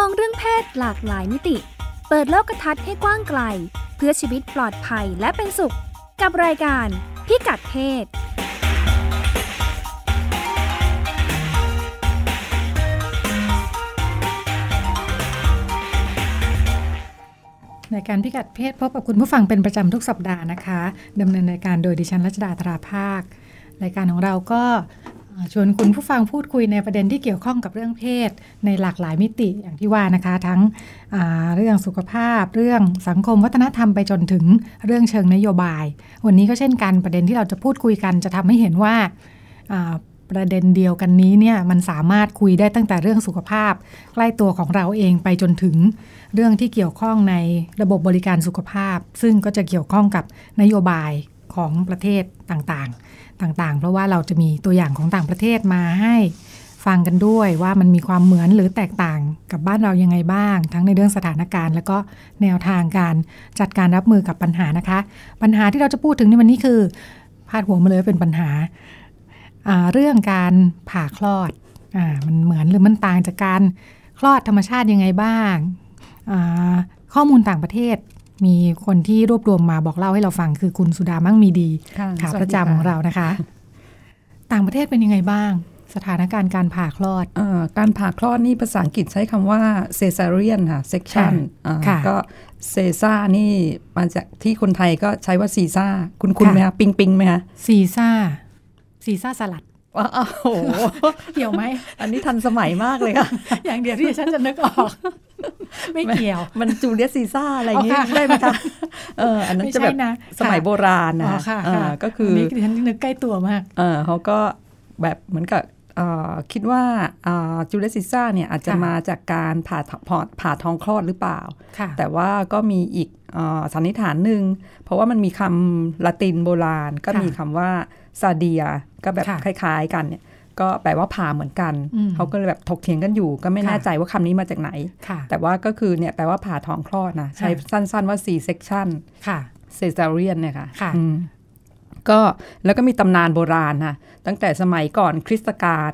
องเรื่องเพศหลากหลายมิติ เปิดโลกทัศน์ให้กว้างไกล เพื่อชีวิตปลอดภัยและเป็นสุข กับรายการพิกัดเพศ รายการพิกัดเพศพบกับคุณผู้ฟังเป็นประจำทุกสัปดาห์นะคะดำเนินรายการโดยดิฉันรัชดาธราภาค รายการของเราก็เอ่อชวนคุณผู้ฟังพูดคุยในประเด็นที่เกี่ยวข้องกับเรื่องเพศ ในหลากหลายมิติอย่างที่ว่านะคะ ทั้งอ่าเรื่องสุขภาพ เรื่องสังคมวัฒนธรรมไปจนถึงเรื่องเชิงนโยบาย วันนี้ก็เช่นกันประเด็นที่เราจะพูดคุยกัน จะทำให้เห็นว่าอ่าประเด็นเดียวกันนี้เนี่ยมันสามารถคุยได้ตั้งแต่เรื่องสุขภาพ ใกล้ตัวของเราเองไปจนถึง เรื่องที่เกี่ยวข้องในระบบบริการสุขภาพ ซึ่งก็จะเกี่ยวข้องกับนโยบายของประเทศต่างๆ ต่างๆ เพราะว่าเราจะมีตัวอย่างของต่างประเทศมาให้ฟังกันด้วยว่ามันมีความเหมือนหรือแตกต่างกับบ้านเรายังไงบ้าง ทั้งในเรื่องสถานการณ์ แล้วก็แนวทางการจัดการรับมือกับปัญหานะคะ ปัญหาที่เราจะพูดถึงในวันนี้คือพาดหัวมาเลยว่าเป็นปัญหาอ่าเรื่องการผ่าคลอดอามันเหมือนหรือมันต่างจากการคลอดธรรมชาติยังไงบ้าง อ่าข้อมูลต่างประเทศ มีคนที่รวบรวมมาบอกเล่าให้เราฟังคือคุณสุดามั่งมีดี ค่ะ ขา ส ป วัส ระ ดี จำของเรานะคะ ต่างประเทศเป็นยังไงบ้าง สถานการณ์การผ่าคลอด เอ่อการผ่าคลอดนี่ภาษาอังกฤษใช้คำว่า cesarean ค่ะ section อ่า ค่ะ ก็เซซ่านี่มาจากที่คนไทยก็ใช้ว่าซีซ่า คุณคุณไหมคะปิงปิงไหมคะ ซีซ่าซีซ่าสลัด ว้าวโอ้โห เกี่ยวไหม อันนี้ทันสมัยมากเลย ค่ะ อย่างเดียวที่ฉันจะนึกออก ไม่เกี่ยว มันจูเลียสซีซ่าอะไรอย่างงี้ อ๋อค่ะ ได้ไหมคะเอออันนั้น ไม่ จะ ใช่ แบบ นะ สมัยโบราณ อ๋อ นะ ค่ะ เอ ค่ะ อก็คือน อ นี่ฉันนึกใกล้ตัวมาก เออเขาก็แบบเหมือนกับเอ่อคิดว่าจูเลซิซ่าเนี่ยอาจจะ ค่ะ มาจากการผ่าทผ่าผ่าท้องคลอดหรือเปล่า ค่ะ แต่ว่าก็มีอีกเออสันนิษฐานหนึ่ง เพราะว่ามันมีคำละตินโบราณ ก็ ค่ะ มีคำว่าซาเดีย ก็แบบ ค่ะ คล้าย ๆ กันเนี่ยก็แปลว่าผ่าเหมือนกัน อืม เขาก็เลยแบบถกเถียงกันอยู่ ก็ไม่ ค่ะ แน่ใจว่าคำนี้มาจากไหน ค่ะ แต่ว่าก็คือเนี่ยแปลว่าผ่าท้องคลอดนะใช้ ค่ะ สั้นๆว่า C section ค่ะ เซซาเรียนเนี่ยค่ะ ค่ะ อืมก็แล้วก็มีตำนานโบราณค่ะตั้งแต่สมัยก่อนคริสตกาล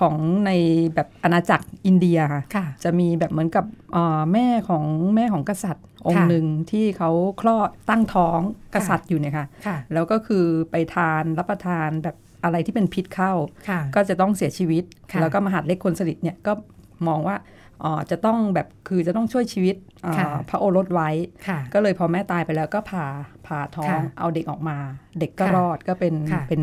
ของในแบบอาณาจักรอินเดียค่ะ ค่ะ จะมีแบบเหมือนกับเอ่อแม่ของแม่ของกษัตริย์ องค์หนึ่งที่เขาคลอดตั้งท้องกษัตริย์อยู่เนี่ยค่ะ ค่ะ แล้วก็คือไปทานรับประทานแบบอะไรที่เป็นพิษเข้า ค่ะ ก็จะต้องเสียชีวิต ค่ะ แล้วก็มหาดเล็กคนสนิทเนี่ยก็มองว่าเอ่อจะต้องแบบคือจะต้องช่วยชีวิตเอ่อพระโอรสไว้ ค่ะ ก็เลยพอแม่ตายไปแล้วก็ผ่าผ่าท้อง ค่ะ เอาเด็กออกมา เด็กก็ ค่ะ รอดก็เป็น ค่ะ เป็น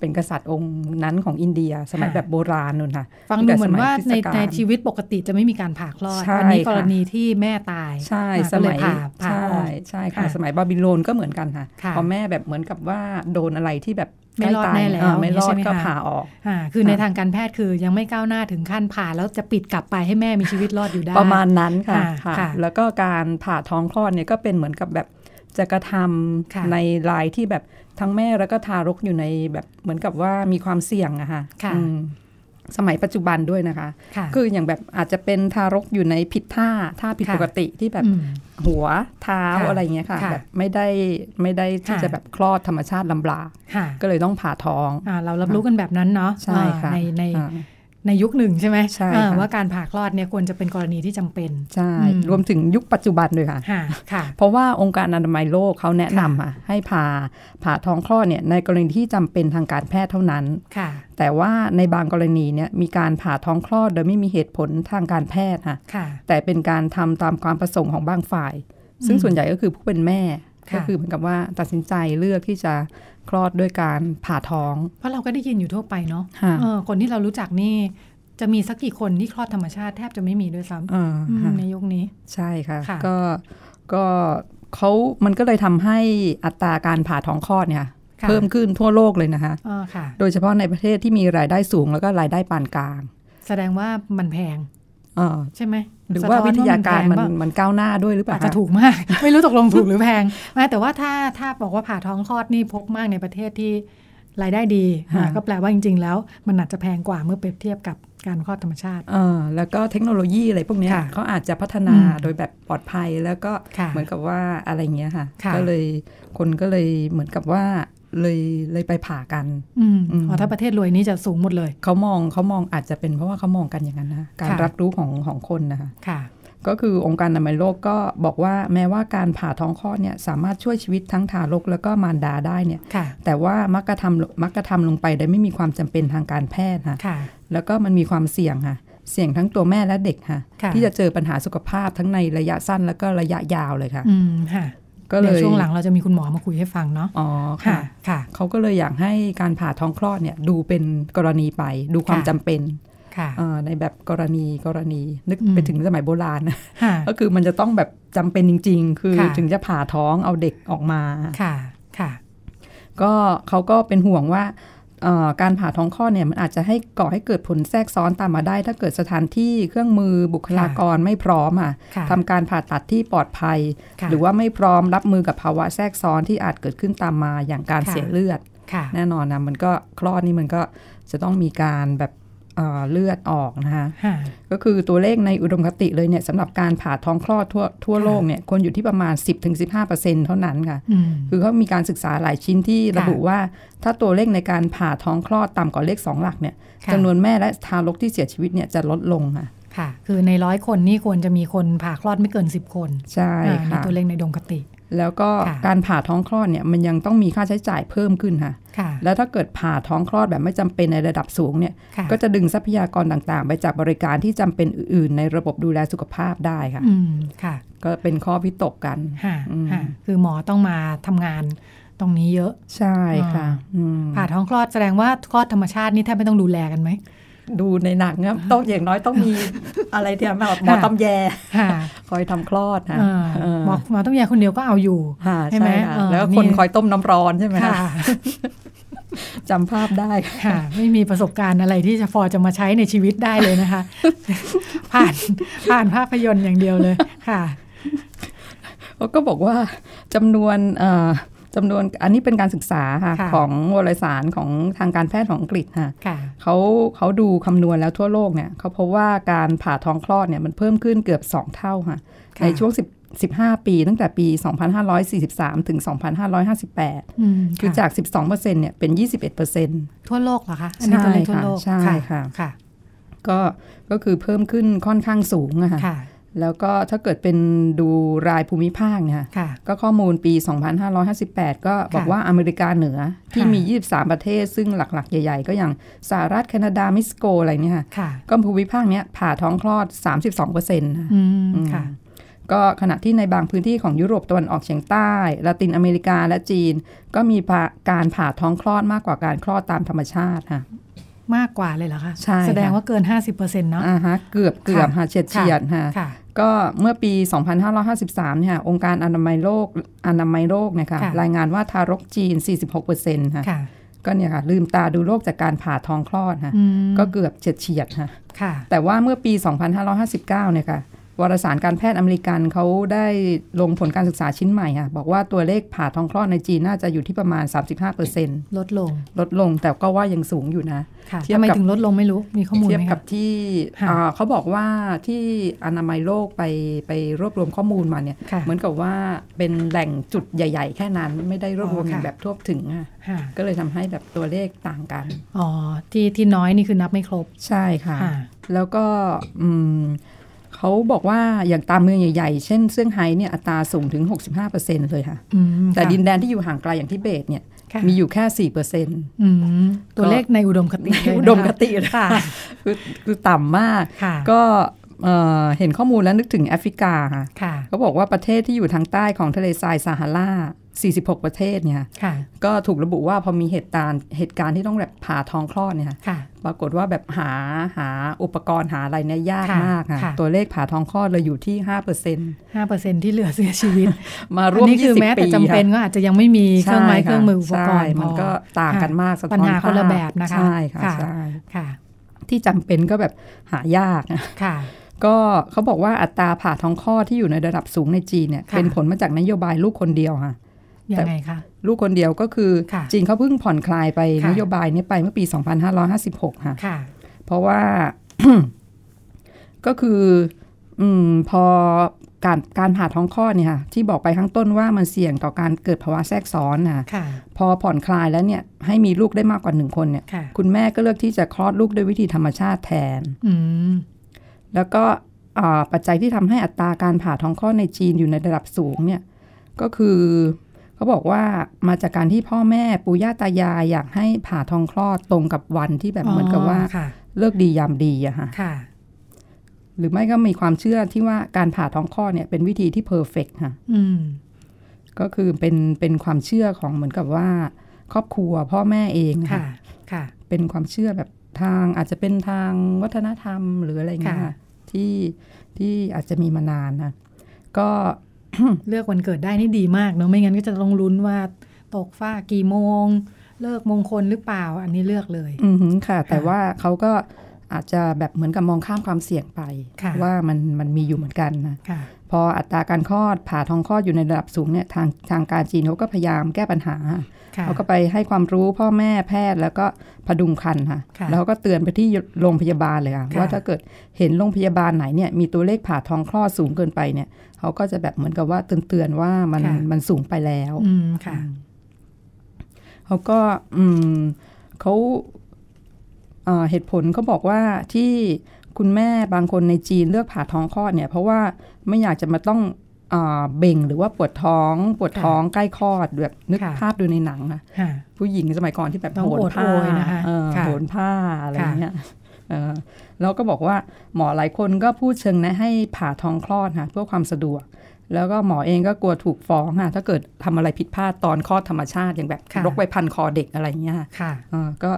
เป็นกษัตริย์องค์นั้นของอินเดีย สมัย ค่ะ แบบโบราณนู่นค่ะ ฟังดูเหมือนว่าใน ตั้ง ใน แต่สมัยคริสตกาล ชีวิตปกติจะไม่มีการผ่าคลอด ใช่ อันนี้ ค่ะ กรณีที่แม่ตาย ใช่ อ่ะ ส ก็เล มั ย ย ผ่าผ่า ใช่ ออก ใช่ ค่ะ ค่ะ สมัยบาบิโลนก็เหมือนกันค่ะ ค่ะ พอแม่แบบเหมือนกับว่าโดนอะไรที่แบบ ไม่รอด ใกล้ตาย แน่แล้ว เออไม่รอ ใช่ ด ไหม ก็ คะ ผ่าออก อ่าคือใน ค่ะ ทางการแพทย์คือยังไม่ก้าวหน้าถึงขั้นผ่าแล้วจะปิดกลับไปให้แม่มีชีวิตรอดอยู่ได้ ประมาณนั้นค่ะ ค่ะ ค่ะ ค่ะ แล้วก็การผ่าท้องคลอดเนี่ยก็เป็นเหมือนกับแบบจะกระท ค่ะ ำในรายที่แบบทั้งแม่แล้วก็ทารกอยู่ในแบบเหมือนกับว่ามีความเสี่ยงอะค่ะ ค่ะ อืมสมัยปัจจุบันด้วยนะคะ ค่ะ คืออย่างแบบอาจจะเป็นทารกอยู่ในผิดท่าท่าผิด ค่ะ ปกติที่แบบ อืม หัวเท้า ค่ะ อะไรเงี้ยค่ะ ค่ะ แบบไม่ได้ไม่ได้ที่ ค่ะ จะแบบคลอดธรรมชาติลำบาก ค่ะ ก็เลยต้องผ่าท้อง อ่าเรารับรู้กันแบบนั้นเนาะ ใช่ อ่า ค่ะ ในใน อ่า ในยุคหนึ่งใช่ไหม ใช่ อ่า ค่ะ ว่าการผ่าคลอดเนี่ยควรจะเป็นกรณีที่จำเป็น ใช่ อืม รวมถึงยุคปัจจุบันด้วยค่ะ ค่ะค่ะ เพราะว่าองค์การอนามัยโลกเขาแนะนำอะให้ผ่าผ่าท้องคลอดเนี่ยในกรณีที่จำเป็นทางการแพทย์เท่านั้น ค่ะ แต่ว่าในบางกรณีเนี่ยมีการผ่าท้องคลอด โดยไม่มีเหตุผลทางการแพทย์ค่ะ ค่ะ แต่เป็นการทำตามความประสงค์ของบางฝ่าย อืม ซึ่งส่วนใหญ่ก็คือผู้เป็นแม่ ค่ะ ก็คือเหมือนกับว่าตัดสินใจเลือกที่จะคลอดด้วยการผ่าท้อง เพราะเราก็ได้ยินอยู่ทั่วไปเนาะ ค่ะ เออคนที่เรารู้จักนี่ จะมีสักกี่คนที่คลอดธรรมชาติแทบจะไม่มีด้วยซ้ำ อ่า อืม ค่ะ ในยุคนี้ ใช่ค่ะ ค่ะ ก็ก็เขามันก็เลยทำให้อัตราการผ่าท้องคลอดเนี่ย ค่ะ เพิ่มขึ้นทั่วโลกเลยนะคะ อ่าค่ะ โดยเฉพาะในประเทศที่มีรายได้สูงแล้วก็รายได้ปานกลาง แสดงว่ามันแพง เอ่อ ใช่ไหม หรือว่า สะท้น วิทยาการมัน แพงเปล่ มันก้าวหน้าด้วยหรือเปล่า อาจจะ ค ถูกมาก ไม่รู้ตกลงถูกหรือแพงไม่แต่ว่าถ้าถ้าบอกว่าผ่าท้องคลอดนี่พบมากในประเทศที่รายได้ดี ฮะ อ่ะก็แปลว่าจริง ๆ แล้ว มันอาจจะแพงกว่าเมื่อเปรียบเทียบกับการคลอดธรรมชาติ เอ่อแล้วก็เทคโนโลยีอะไรพวกเนี้ย ค่ะ เขาอาจจะพัฒนา อืม โดยแบบปลอดภัยแล้วก็ ค่ะ เหมือนกับว่าอะไรเงี้ยค่ะ ค่ะ ก็เลยคนก็เลยเหมือนกับว่า เลยเลยไปผ่ากัน อืม อืม อ๋อถ้าประเทศรวยนี่จะสูงหมดเลย เขามองเขามองอาจจะเป็นเพราะว่าเขามองกันอย่างนั้นนะการ ค่ะ รับรู้ของของคนนะคะ ค่ะ ก็คือองค์การอนามัยโลกก็บอกว่าแม้ว่าการผ่าท้องคลอดเนี่ยสามารถช่วยชีวิตทั้งทารกแล้วก็มารดาได้เนี่ย ค่ะ แต่ว่ามักกระทำมักกระทำลงไปโดยไม่มีความจำเป็นทางการแพทย์ค่ะ ค่ะ แล้วก็มันมีความเสี่ยงค่ะ เสี่ยงทั้งตัวแม่และเด็กค่ะ ค่ะ ที่จะเจอปัญหาสุขภาพทั้งในระยะสั้นแล้วก็ระยะยาวเลยค่ะ อืมค่ะ ก็เล เดี๋ย ยว ช่วงหลังเราจะมีคุณหมอมาคุยให้ฟังเนาะ อ๋อ ค่ะ ค่ะ ค่ะ เขาก็เลยอยากให้การผ่าท้องคลอดเนี่ยดูเป็นกรณีไป ดูความ ค่ะ จำเป็น ค่ะ เอ่อในแบบกรณีกรณีนึก อืม ไปถึงสมัยโบราณนะ ค่ะ ก็คือมันจะต้องแบบจำเป็นจริง ๆ คือ ค่ะ ถึงจะผ่าท้องเอาเด็กออกมา ค่ะค่ะ ก็เขาก็เป็นห่วงว่าเอ่อการผ่าท้องคลอดเนี่ยมันอาจจะให้ก่อให้เกิดผลแทรกซ้อนตามมาได้ ถ้าเกิดสถานที่เครื่องมือบุคลากรไม่พร้อมอ่ะ ค่ะ ทำการผ่าตัดที่ปลอดภัย ค่ะ หรือว่าไม่พร้อมรับมือกับภาวะแทรกซ้อนที่อาจเกิดขึ้นตามมาอย่างการ ค่ะ เสียเลือด ค่ะ แน่นอนนะมันก็คลอดนี่มันก็จะต้องมีการแบบเอ่อเลือดออกนะคะ ค่ะ ก็คือตัวเลขในอุดมคติเลยเนี่ยสำหรับการผ่าท้องคลอดทั่วทั่ว ค่ะ โลกเนี่ยคนอยู่ที่ประมาณ 10-15%เท่านั้นค่ะ อืม คือเขามีการศึกษาหลายชิ้นที่ ค่ะ ระบุว่า ถ้าตัวเลขในการผ่าท้องคลอดต่ำกว่าเลข 2 หลักเนี่ย ค่ะ จำนวนแม่และทารกที่เสียชีวิตเนี่ยจะลดลงค่ะ ค่ะ คือในร้อยคนนี่ควรจะมีคนผ่าคลอดไม่เกิน 10 คน ใช่ อ่านี่ ค่ะ ตัวเลขในดงคติ แล้วก็ ค่ะ การผ่าท้องคลอดเนี่ยมันยังต้องมีค่าใช้จ่ายเพิ่มขึ้นค่ะ ค่ะ แล้วถ้าเกิดผ่าท้องคลอดแบบไม่จำเป็นในระดับสูงเนี่ย ค่ะ ก็จะดึงทรัพยากรต่างๆ ไปจากบริการที่จำเป็นอื่นๆ ในระบบดูแลสุขภาพได้ค่ะ อืมค่ะ ก็เป็นข้อพิตกกัน ค่ะ อืม ค่ะคือหมอต้องมาทำงานตรงนี้เยอะ ใช่ค่ะอืม ผ่าท้องคลอดแสดงว่าคลอดธรรมชาตินี่แทบไม่ต้องดูแลกันไหม ดูในหนังครับ ต้องอย่างน้อยต้องมี อะไรที่แบบหมอ ค่ะ ตำแย ค่ะ คอยทำคลอดนะ อ่า เออ หมอหมอต้องยาคนเดียวก็เอาอยู่ ค่ะ ใช่ไหม ใช่ค่ะ เออ แล้วก็ นี่ คนคอยต้มน้ำร้อนใช่ไหม ค่ะ คะจำภาพได้ ค่ะ ไม่มีประสบการณ์อะไรที่จะพอจะมาใช้ในชีวิตได้เลยนะคะ ผ่านผ่านภาพยนตร์อย่างเดียวเลยค่ะ เขาก็บอกว่าจำนวนเอ่อจำนวนอันนี้เป็นการศึกษาค่ะ ค่ะ ของวารสารของทางการแพทย์ของอังกฤษค่ะ ค่ะ เขาเขาดูคำนวณแล้วทั่วโลกเนี่ยเขาพบว่าการผ่าท้องคลอดเนี่ยมันเพิ่มขึ้นเกือบ 2 เท่าค่ะ ค่ะ ในช่วง10 15 ปี ตั้งแต่ปี 2543 ถึง 2558 อืม คือ ค่ะ จาก 12%เนี่ยเป็น 21% ทั่วโลกเหรอคะอันนี้ตัวเลขทั่วโลก ใช่ค่ะใช่ค่ะ ค่ะ ก็ก็คือเพิ่มขึ้นค่อนข้างสูงอะค่ะ ค่ะ แล้วก็ถ้าเกิดเป็นดูรายภูมิภาคเนี่ยค่ะ ค่ะ ก็ข้อมูลปี 2558 ก็บอก ค่ะ ว่าอเมริกาเหนือที่ ค่ะ มี 23 ประเทศ ซึ่งหลักๆ ใหญ่ๆ ก็อย่างสหรัฐแคนาดา มิสโก อะไรเนี่ยค่ะ ค่ะ ก็ภูมิภาคเนี้ยผ่าท้องคลอด 32เปอร์เซ็นต์ อืมค่ะ ก็ขณะที่ในบางพื้นที่ของยุโรปตะวันออกเฉียงใต้ละตินอเมริกาและจีน ก็มีผ่าการผ่าท้องคลอดมากกว่าการคลอดตามธรรมชาติค่ะ มากกว่าเลยเหรอคะ ใช่ แสดง ค่ะ ว่าเกิน 50%เนาะ อ่าฮะเกือบเกือบ ค่ะ ค่ะเฉียดเฉียดๆค่ะ ค่ะ ก็เมื่อปี 2553 เนี่ย องค์การอนามัยโลก อนามัยโลกเนยคะ ค่ะ รายงานว่าทารกจีน 46%ค่ะ ค่ะ ก็เนี่ยค่ะ ลืมตาดูโรคจากการผ่าท้องคลอดค่ะ อืม ก็เกือบเฉียดเฉียดๆค่ะ ค่ะ แต่ว่าเมื่อปี 2559 เนี่ยค่ะ วารสารการแพทย์อเมริกันเขาได้ลงผลการศึกษาชิ้นใหม่ค่ะ บอกว่าตัวเลขผ่าท้องคลอดในจีนน่าจะอยู่ที่ประมาณ 35% ลดลง ลดลง แต่ก็ว่ายังสูงอยู่นะ ค่ะ เทียบ ทำไม กับ ถึงลดลงไม่รู้มีข้อมูล เทียบ ไหม กับ คะ ที่ ค่ะ อ่าเขาบอกว่าที่อนามัยโลกไปไปรวบรวมข้อมูลมาเนี่ย ค่ะ เหมือนกับว่าเป็นแหล่งจุดใหญ่ ๆ แค่นั้นไม่ได้รวบรวม อ๋อค่ะ แบบทั่วถึงอ่ะ ค่ะ ก็เลยทำให้แบบตัวเลขต่างกัน อ๋อที่ที่น้อยนี่คือนับไม่ครบ ใช่ค่ะ ค่ะ แล้วก็อืมเขาบอกว่าอย่างตามเมืองใหญ่ ๆ เช่นเซี่ยงไฮ้เนี่ยอัตราสูงถึง 65%เลยค่ะ อืม แต่ ค่ะ ดินแดนที่อยู่ห่างไกลอย่างทิเบตเนี่ย ค่ะ มีอยู่แค่ 4% อืมตัวเลขในอุดมคติเลยนะคะ อุดมคตินะ ค่ะ คือคือต่ำมาก ค่ะ ก็เอ่อเห็นข้อมูลแล้วนึกถึงแอฟริกาค่ะ ค่ะ เขาบอกว่าประเทศที่อยู่ทางใต้ของทะเลทรายซาฮารา46 ประเทศเนี่ย ค่ะ ก็ถูกระบุว่าพอมีเหตุการณ์เหตุการณ์ที่ต้องแบบผ่าท้องคลอดเนี่ยค่ะ ค่ะ ปรากฏว่าแบบหาหาอุปกรณ์หาอะไรเนี่ยยาก ค่ะ มากค่ะ ค่ะ ตัวเลขผ่าท้องคลอดเราอยู่ที่ ห้าเปอร์เซ็นที่เหลือเสียชีวิต 5%มา อั ร่วม นี้คือ 20 แม้ ปี แต่จำเป็นก็อาจจะยังไม่มีเครื่องไม้เครื่องมืออุปกรณ์ ใช่ พ มัน อ ก็ต่างกันมากสะท้อ ปัญหาคนละ ภพ แบบนะคะ ใช่ค่ะ ค่ะ ใช่ ค่ะ ที่จำเป็นก็แบบหายากนะ ค่ะ ก็เขาบอกว่าอัตราผ่าท้องคลอดที่อยู่ในระดับสูงในจีนเนี่ย ค่ะ เป็นผลมาจากนโยบายลูกคนเดียวค่ะ ยั แต่ งไงคะ ลูกคนเดียวก็คือ ค่ะ จีนเขาเพิ่งผ่อนคลายไป ค่ะ นโยบายนี้ไปเมื่อปี 2556ค่ะ ค่ะ เพราะว่า ก็คือ อืม พอ การการผ่าท้องคลอดเนี่ยค่ะที่บอกไปข้างต้นว่ามันเสี่ยงต่อการเกิดภาวะแทรกซ้อนค่ะ ค่ะ พอผ่อนคลายแล้วเนี่ยให้มีลูกได้มากกว่าหนึ่งคนเนี่ย ค่ะ คุณแม่ก็เลือกที่จะคลอดลูกด้วยวิธีธรรมชาติแทน อืม แล้วก็อ่าปัจจัยที่ทำให้อัตราการผ่าท้องคลอดในจีนอยู่ในระดับสูงเนี่ยก็คือเขาบอกว่ามาจากการที่พ่อแม่ปู่ย่าตายายอยากให้ผ่าท้องคลอดตรงกับวันที่แบบเหมือนกับว่า ค่ะ เลิกดียามดีอะค่ะ ค่ะ หรือไม่ก็มีความเชื่อที่ว่าการผ่าท้องคลอดเนี่ยเป็นวิธีที่เพอร์เฟกค่ะ อืม ก็คือเป็นเป็นความเชื่อของเหมือนกับว่าครอบครัวพ่อแม่เอง ค่ะ ค่ะ ค่ะ เป็นความเชื่อแบบทางอาจจะเป็นทางวัฒนธรรมหรืออะไรอย่างเงี้ย ค่ะ ค่ะที่ที่อาจจะมีมานานนะก็ เลือกวันเกิดได้นี่ดีมากเนอะไม่งั้นก็จะต้องลุ้นว่าตกฟ้ากี่โมง เลิกมงคลหรือเปล่า อันนี้เลือกเลย อืมค่ะ แต่ ค่ะ ว่าเขาก็อาจจะแบบเหมือนกับมองข้ามความเสี่ยงไป ค่ะ ว่ามันมันมีอยู่เหมือนกันนะ ค่ะ พออัตราการคลอดผ่าท้องคลอดอยู่ในระดับสูงเนี่ยทางทางการจีนเขาก็พยายามแก้ปัญหา ค่ะ เขาก็ไปให้ความรู้พ่อแม่แพทย์แล้วก็พดุงคันค่ะ ค่ะ แล้วก็เตือนไปที่โรงพยาบาลเลยค่ะ ค่ะ ว่าถ้าเกิดเห็นโรงพยาบาลไหนเนี่ยมีตัวเลขผ่าท้องคลอดสูงเกินไปเนี่ยเขาก็จะแบบเหมือนกับว่าเตือนๆว่ามันมันสูงไปแล้ว อืม ค่ะ เขาก็อืมเขาเอ่อเหตุผลเขาบอกว่าที่คุณแม่บางคนในจีนเลือกผ่าท้องคลอดเนี่ย เพราะว่าไม่อยากจะมาต้องเอ่อเบ่งหรือว่าปวดท้องปวดท้องใกล้คลอดแบบนึก ค่ะ ภาพดูในหนังนะ ค่ะ ผู้หญิงสมัยก่อนที่แบบ ต้อง โหน อด ผ้า โอยนะคะ เออ ค่ะ โหนผ้าอะไร ค่ะ เงี้ยเออแล้วก็บอกว่าหมอหลายคนก็พูดเชิงแนะให้ผ่าท้องคลอดค่ะเพื่อความสะดวก แล้วก็หมอเองก็กลัวถูกฟ้องค่ะถ้าเกิดทำอะไรผิดพลาดตอนคลอดธรรมชาติอย่างแบบ ค่ะ รกไปพันคอเด็กอะไรเงี้ยค่ะ ค่ะ เออก็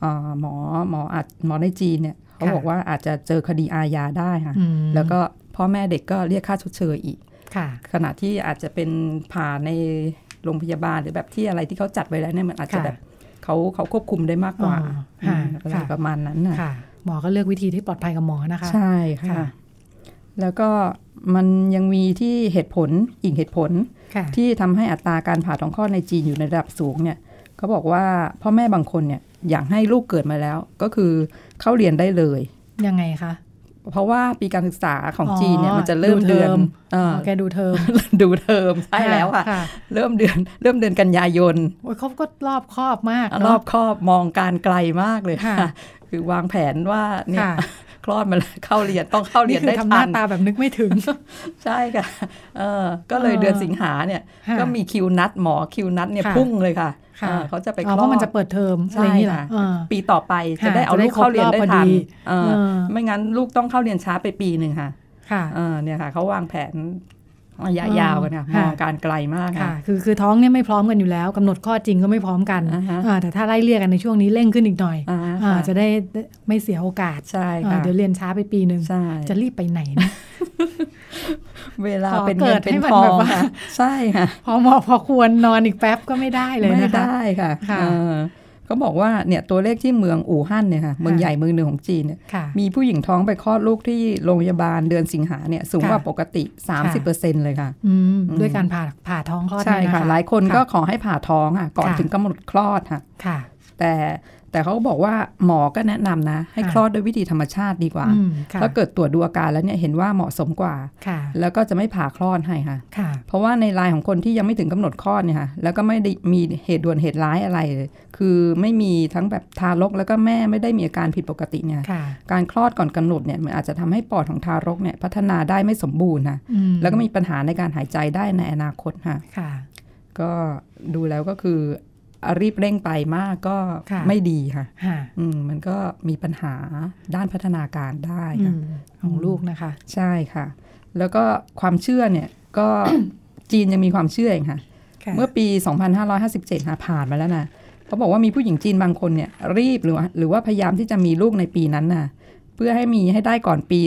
เอ่อหมอหมออาจหมอในจีนเนี่ยเขา ค่ะ บอกว่าอาจจะเจอคดีอาญาได้ค่ะ อืม แล้วก็พ่อแม่เด็กก็เรียกค่าชดเชยอีก ค่ะ ขณะที่อาจจะเป็นผ่าในโรงพยาบาลหรือแบบที่อะไรที่เขาจัดไว้แล้วเนี่ยมันอาจจะ ค่ะ แบบเขาเขาควบคุมได้มากกว่า อ๋ออื ม ค่ะ อะไรประมาณนั้นนะ ค่ะ หมอก็เลือกวิธีที่ปลอดภัยกับหมอนะคะ ใช่ ค่ะ ค่ะ แล้วก็มันยังมีที่เหตุผลอีกเหตุผล ค่ะ ที่ทำให้อัตราการผ่าท้องคลอดในจีนอยู่ในระดับสูงเนี่ยเขาบอกว่าพ่อแม่บางคนเนี่ยอยากให้ลูกเกิดมาแล้ว ก็คือเข้าเรียนได้เลย ยังไงคะ เพราะว่าปีการศึกษาของ อ๋อ จีนเนี่ยมันจะเริ่ม ดูเท เดื อ อน ม เออ อ๋อแกดูเทอม ดูเทอมใช่แล้วค่ะ เริ่มเดือน เริ่มเดือนกันยายน โอ้ยเขาก็รอบครอบมาก ร เนะ อบครอบมองการไกลมากเลย ค่ะ ค่ะ คือวางแผนว่าเนี่ย ค่ะ คลอดมาแล้วเข้าเรียน ต้องเข้าเรียน คื ได้ อทำห ทั น้าน ตาแบบนึกไม่ถึง ใช่ค่ะ เออก็เลย เออ เดือนสิงหาเนี่ย ค่ะ ก็มีคิวนัดหมอคิวนัดเนี่ย ค่ะ พุ่งเลยค่ะ ค่ะ เออเขาจะไปค อ๋อ ล เพ อ ราะมัน ด จะเปิดเทอมอะใช่ไรอย่างนี้เหรอ ค่ะ เออ ปีต่อไปจะ ค่ะ ได้เอา จะได้ ลูกเข้าเรียนได้ ครบรอบพอ ทัน ดี เออ เออ ไม่งั้นลูกต้องเข้าเรียนช้าไปปีหนึ่งค่ะ ค่ะ เออเนี่ยค่ะเขาวางแผนระยะ เออย าวกันค่ะม ค่ะ องการไกลมาก ค่ะ ค่ะ คือคือท้องเนี่ยไม่พร้อมกันอยู่แล้วกำหนดข้อจริงก็ไม่พร้อมกัน อ่าฮะ อ่าแต่ถ้าไล่เรียกกันในช่วงนี้เร่งขึ้นอีกหน่อย อ่า อ่า ค่ะ จะได้ไม่เสียโอกาส ใช่ อ่า ค่ะ เดี๋ยวเรียนช้าไปปีหนึ่ง ใช่ จะรีบไปไหนนะ เวลา ขอ เป็น เกิ เงิ ด นเป็น ให้มัน ทอ แบ ง บว่า ค่ะใช่ค่ะ พอเหมอพอควรนอนอีกแป๊บก็ไม่ได้เลย ไม่ นะคะ ได้ค่ะ ค่ะ เออเขาบอกว่าเนี่ยตัวเลขที่เมืองอู่ฮั่นเนี่ยค่ะเมือง ค่ะ ใหญ่เมืองหนึ่งของจีนเนี่ย ค่ะ มีผู้หญิงท้องไปคลอดลูกที่โรงพยาบาลเดือนสิงหาเนี่ยสูงกว่า ค่ะ ปกติ 30%เลยค่ะ อืม อืม ด้วยการผ่าผ่าท้องคลอด ใช่ เนี่ยน ค่ะ หลายคนก็ขอให้ผ่าท้องอ่ะก่อน ค่ะ ถึงกำหนดคลอดค่ะ ค่ะ แต่แต่เขาก็บอกว่าหมอก็แนะนำนะ ให้ ค่ะ คลอดด้วยวิธีธรรมชาติดีกว่า อืมค่ะ ถ้าเกิดตรวจดูอาการแล้วเนี่ยเห็นว่าเหมาะสมกว่า ค่ะ แล้วก็จะไม่ผ่าคลอดให้ค่ะ ค่ะ เพราะว่าในรายของคนที่ยังไม่ถึงกำหนดคลอดเนี่ยค่ะแล้วก็ไม่ได้มีเหตุด่วนเหตุร้ายอะไรเลยคือไม่มีทั้งแบบทารกแล้วก็แม่ไม่ได้มีอาการผิดปกติเนี่ย ค่ะ การคลอดก่อนกำหนดเนี่ยมันอาจจะทำให้ปอดของทารกเนี่ยพัฒนาได้ไม่สมบูรณ์นะ อื แล้วก็มีปัญหาในการหายใจได้ในอนาคตค่ะ ค่ะ ก็ดูแล้วก็คืออ่ะรีบเร่งไปมากก็ ค่ะ ไม่ดีค่ะ ค่ะ อืมมันก็มีปัญหาด้านพัฒนาการได้ อื ค่ะ มของลูกนะคะ ใช่ค่ะ แล้วก็ความเชื่อเนี่ยก็ จีนยังมีความเชื่อเองค่ะ ค่ะ เมื่อปี 2557ค่ะผ่านมาแล้วนะเขาบอกว่ามีผู้หญิงจีนบางคนเนี่ยรีบหรือว่าหรือว่าพยายามที่จะมีลูกในปีนั้นนะเพื่อให้มีให้ได้ก่อนปี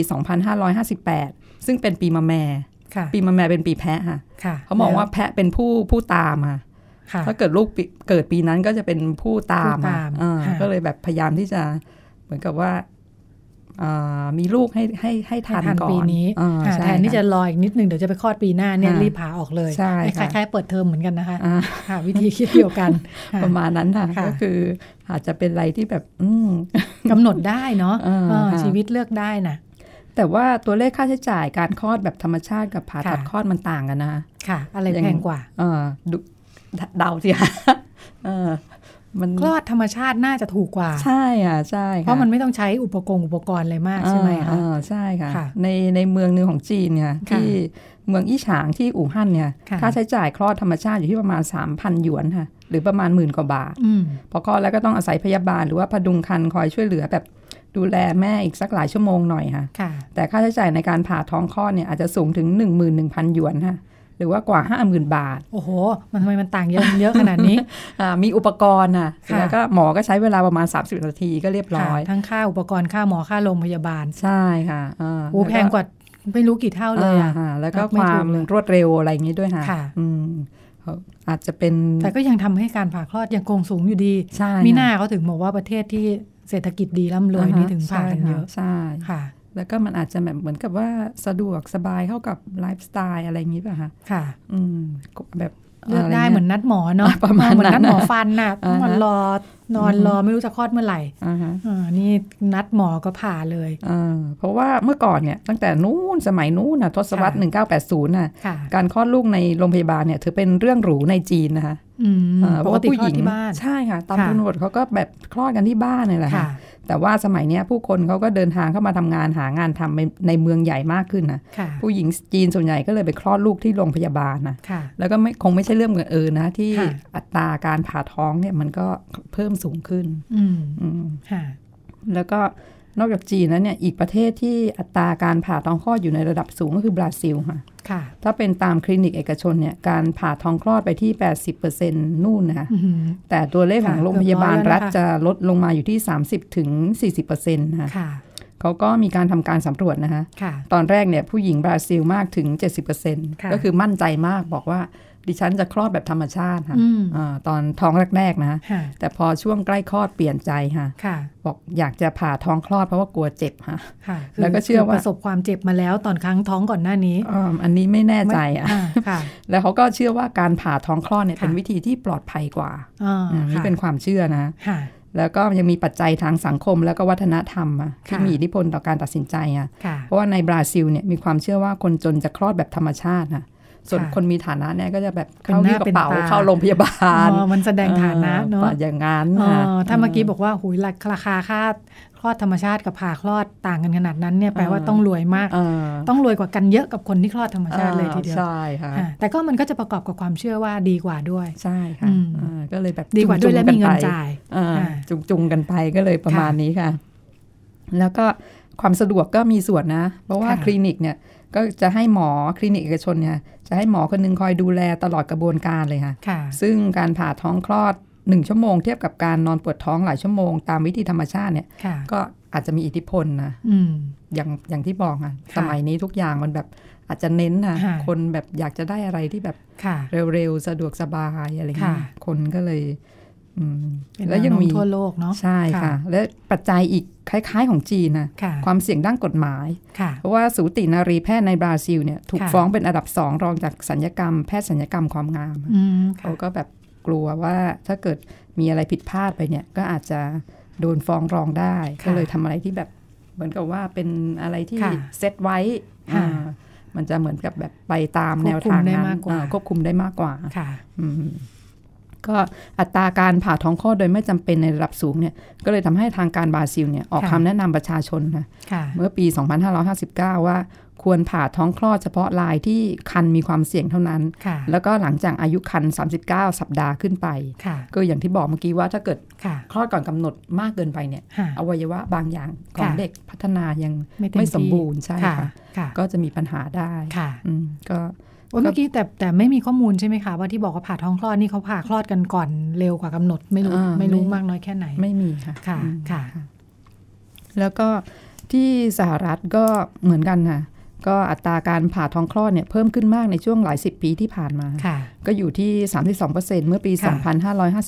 2558 ซึ่งเป็นปีมะแม่ ค่ะ ปีมะแม่เป็นปีแพะค่ะ ค่ะ เขามองว่าแพะเป็นผู้ผู้ตามค่ะ ค่ะ ถ้าเกิดลูกปีเกิดปีนั้นก็จะเป็นผู้ตาม ผู้ตาม อ่ ค่ะ ก็เลยแบบพยายามที่จะเหมือนกับว่าอ่ามีลูกให้ให้ให้ ให้ ทัน ทัน ก่อน ปีนี้ อ่า ค่ะ ใช่ แทนที่ ค่ะ จะรออีกนิดหนึ่งเดี๋ยวจะไปคลอดปีหน้าเนี่ย อ่ารี รีบผ่าออกเลย ใช่ ค ค่ะ ล้ายๆเปิดเทอมเหมือนกันนะคะ อ่า ค่ะวิธีคิดเดียวกันค่ะ ประมาณนั้นค่ะ ค่ะ ก็คืออาจจะเป็นอะไรที่แบบ อืม กำหนดได้เนาะ เออ เออ ค่ะ ชีวิตเลือกได้นะ แต่ว่าตัวเลขค่าใช้จ่ายการคลอดแบบธรรมชาติกับผ่าตัด ค่ะ คลอดมันต่างกันนะ ค่ะ อะไร อย่าง แพงกว่า เออดูเดาสิคะ เออมัน คลอดธรรมชาติน่าจะถูกกว่า ใช่อ่ะใช่ค่ เพราะมันไม่ต้องใช้อุปกรณ์อุปกรณ์อะไรมากใช่ไหม เออ คะ เออใช่ค่ะ ค่ะ ในในเมืองหนึ่งของจีนเนี่ย ค่ะ ที่เมืองอี้ฉางที่อู่ฮั่นเนี่ย ค่ะ ค่าใช้จ่ายคลอดธรรมชาติอยู่ที่ประมาณ 3,000หยวนค่ะ หรือประมาณหมื่นกว่าบาท อืม พอคลอดแล้วก็ต้องอาศัยพยาบาลหรือว่าพดุงครรภ์คอยช่วยเหลือแบบดูแลแม่อีกสักหลายชั่วโมงหน่อยค่ะ ค่ะ แต่ค่าใช้จ่ายในการผ่าท้องคลอดเนี่ยอาจจะสูงถึง 11,000 หยวนค่ะหรือว่ากว่า 50,000 บาท โอ้โห มันทำไมมันต่างเยอะเยอะขนาดนี้ อ่ามีอุปกรณ์ค่ะ ค่ะ แล้วก็หมอก็ใช้เวลาประมาณ 30 นาทีก็เรียบร้อย ค่ะทั้งค่าอุปกรณ์ค่าหมอค่าโรงพยาบาล ใช่ค่ะอ่า โอ้แพงกว่าไม่รู้กี่เท่าเลย อ่า อะ ฮะแล้วก็ รับไม่ ค ถู วาก ม เลย รวดเร็วอะไรอย่างนี้ด้วยค่ะ ค่ะ อืมเขาอาจจะเป็น แต่ก็ยังทำให้การผ่าคลอดยังคงสูงอยู่ดี ใช่ มีหน้า ค่ะ เขาถึงบอกว่าประเทศที่เศรษฐกิจดีร่ำรวยนี่ถึงผ่ากันเยอะ ใช่ค่ะใช่ ค่ะ แล้วก็มันอาจจะแบบเหมือนกับว่าสะดวกสบายเข้ากับไลฟ์สไตล์อะไรอย่างนี้ป่ะคะ ค่ะ อืมก็แบบ เลือกได้ ะรย เหมือนนัดหมอเนาะ อ่ะประมาณ เหมือนนัด นั้น หมอ น่ะ ฟันน่ะ อ่าฮะ นอนรอนอนรอไม่รู้จะคลอดเมื่อไหร่ อ่าฮะ อ่านี่นัดหมอก็ผ่าเลย อ่าเพราะว่าเมื่อก่อนเนี่ยตั้งแต่นู้นสมัยนู้นนะทศวรรษ ค่ะ 1980น่ะ ค่ะ การคลอดลูกในโรงพยาบาลเนี่ยถือเป็นเรื่องหรูในจีนนะคะ อืมปอ่าเพราะ ก ว่า ติ ผู้ คล ห อ ญิ ด ง ที่บ้าน ใช่ค่ะตาม ค่ะ ชนบทเขาก็แบบคลอดกันที่บ้านนี่แหละค่ะ ค่ะ แต่ว่าสมัยเนี้ยผู้คนเขาก็เดินทางเข้ามาทำงานหางานทำในในเมืองใหญ่มากขึ้นนะ ค่ะ ผู้หญิงจีนส่วนใหญ่ก็เลยไปคลอดลูกที่โรงพยาบาลนะ ค่ะ แล้วก็ไม่คงไม่ใช่เรื่องเงินเอิญนะที่ ค่ะ อัตราการผ่าท้องเนี่ยมันก็เพิ่มสูงขึ้น อืม อืม ค่ะ แล้วก็นอกจากจีนแล้วเนี่ยอีกประเทศที่อัตราการผ่าท้องคลอดอยู่ในระดับสูงก็คือบราซิลค่ะ ค่ะ ถ้าเป็นตามคลินิกเอกชนเนี่ยการผ่าท้องคลอดไปที่ 80%นู่นนะคะ อื้อหือ แต่ตัวเลขของ ค่ะ โรงพยาบาล เกือบร้อยแล้ว รัฐ นะคะ จะลดลงมาอยู่ที่ 30ถึง40%นะคะ ค่ะ เขาก็มีการทำการสำรวจนะคะ ค่ะ ตอนแรกเนี่ยผู้หญิงบราซิลมากถึง 70%ก็คือมั่นใจมากบอกว่าดิฉันจะคลอดแบบธรรมชาติค่ะ อืม อ่าตอนท้องแรกๆนะคะ ค่ะ แต่พอช่วงใกล้คลอดเปลี่ยนใจค่ะ ค่ะ บอกอยากจะผ่าท้องคลอดเพราะว่ากลัวเจ็บค่ะ ค่ะคื แล้วก็เชื่อปว่าระสบความเจ็บมาแล้วตอนครั้งท้องก่อนหน้านี้ อ่าอันนี้ไม่แน่ใจอ่ะ อ่าค่ะ แล้วเขาก็เชื่อว่าการผ่าท้องคลอดเนี่ย ค่ะ เป็นวิธีที่ปลอดภัยกว่า อ่า อันนี้ ค่ะ เป็นความเชื่อนะ ค่ะ แล้วก็ยังมีปัจจัยทางสังคมแล้วก็วัฒนธรรมอะที่ ค่ะ มีอิทธิพลต่อการตัดสินใจอ่ะ ค่ะ เพราะว่าในบราซิลเนี่ยมีความเชื่อว่าคนจนจะคลอดแบบธรรมชาตินะส่วน ค่ะ คนมีฐานะเนี่ยก็จะแบบ เป็น เข้า ห ที่ น้าก เป็ ระ น เป๋า ตา เข้าโรงพยาบาล อ๋อมันแสดงฐานะเนาะ อออย่างนั้น เอ นะ อถ้าเมื่อกี้บอกว่าหุยราคาราคาค่าคลอดธรรมชาติกับผ่าคลอดต่างกันขนาดนั้นเนี่ยแปลว่าต้องรวยมาก เออ ต้องรวยกว่ากันเยอะกับคนที่คลอดธรรมชาติเลยทีเดียว ใช่ค่ะ อ่ะแต่ก็มันก็จะประกอบกับความเชื่อว่าดีกว่าด้วย ใช่ค่ะ อืม เออก็เลยแบบ ดีกว่าด้วย จุ และ ๆกั มีเงิน ไป จ่าย อ่า ค่ะ จุงจุงกันไปก็เลยประมาณนี้ค่ะ แล้วก็ความสะดวกก็มีส่วนนะ เพราะว่า ค่ะ คลินิกเนี่ยก็จะให้หมอคลินิกเอกชนเนี่ยจะให้หมอคนหนึงคอยดูแลตลอดกระบวนการเลยค่ะ ค่ะ ซึ่งการผ่าท้องคลอดหนึ่งชั่วโมงเทียบกับการนอนปวดท้องหลายชั่วโมงตามวิธีธรรมชาติเนี่ย ค่ะ ก็อาจจะมีอิทธิพลนะ อืม อย่างอย่างที่บอกค่ะ ค่ะ สมัยนี้ทุกอย่างมันแบบอาจจะเน้นนะ ค่ะ คนแบบอยากจะได้อะไรที่แบบ ค่ะ เร็วๆสะดวกสบายอะไรอย่างเงี้ย ค่ะ คนก็เลยอืม เป็น แล้วยัง แนวโน้ มี ทั่วโลกเนาะ ใช่ค่ะ และปัจจัยอีกคล้าย ๆ ของจีนนะ ค่ะ ความเสี่ยงด้านกฎหมาย ค่ะ เพราะว่าสูตินารีแพทย์ในบราซิลเนี่ยถูก ค่ะ ฟ้องเป็นอันดับสองรองจากสัญญกรรม แพทย์สัญญกรรมความงาม อืมค่ะ เขาก็แบบกลัวว่าถ้าเกิดมีอะไรผิดพลาดไปเนี่ย ก็อาจจะโดนฟ้องร้องได้ ก็เลยทำอะไรที่แบบเหมือนกับว่าเป็นอะไรที่ ค่ะ เซตไว้ ค่ะ อ่ามันจะเหมือนกับแบบไปตาม ควบ แนวคุทางมได้ นั้น มากกว่า อ่าควบคุมได้มากกว่า ค่ะ อืมก็อัตราการผ่าท้องคลอดโดยไม่จำเป็นในระดับสูงเนี่ยก็เลยทำให้ทางการบราซิลเนี่ยออก ค่ะ คำแนะนำประชาชนนะ ค่ะ เมื่อปี 2559 ว่าควรผ่าท้องคลอดเฉพาะรายที่คันมีความเสี่ยงเท่านั้น ค่ะ แล้วก็หลังจากอายุคัน 39 สัปดาห์ขึ้นไป ค่ะ ก็อย่างที่บอกเมื่อกี้ว่าถ้าเกิด ค่ะ คลอดก่อนกำหนดมากเกินไปเนี่ย ค่ะ อวัยวะบางอย่างของ ค่ะ เด็กพัฒนายัง เต็ ไม่สม ที่ บูรณ์ใช่ ค่ะ ค่ะ ค่ะ ก็จะมีปัญหาได้ ค่ะ อืมก็ โอ้ย ก็ เมื่อกี้แต่แต่ไม่มีข้อมูลใช่ไหมคะ ว่าที่บอกว่าผ่าท้องคลอดนี่เขาผ่าคลอดกันก่อนเร็วกว่ากำหนดไม่รู้ อ่า ไม่รู้ ไม่ มากน้อยแค่ไหน ไม่มีค่ะ ค่ะ อืม ค่ะ แล้วก็ที่สหรัฐก็เหมือนกันค่ะก็อัตราการผ่าท้องคลอดเนี่ยเพิ่มขึ้นมากในช่วงหลายสิบปีที่ผ่านมา ค่ะ ก็อยู่ที่ 32%เมื่อปี ค่ะ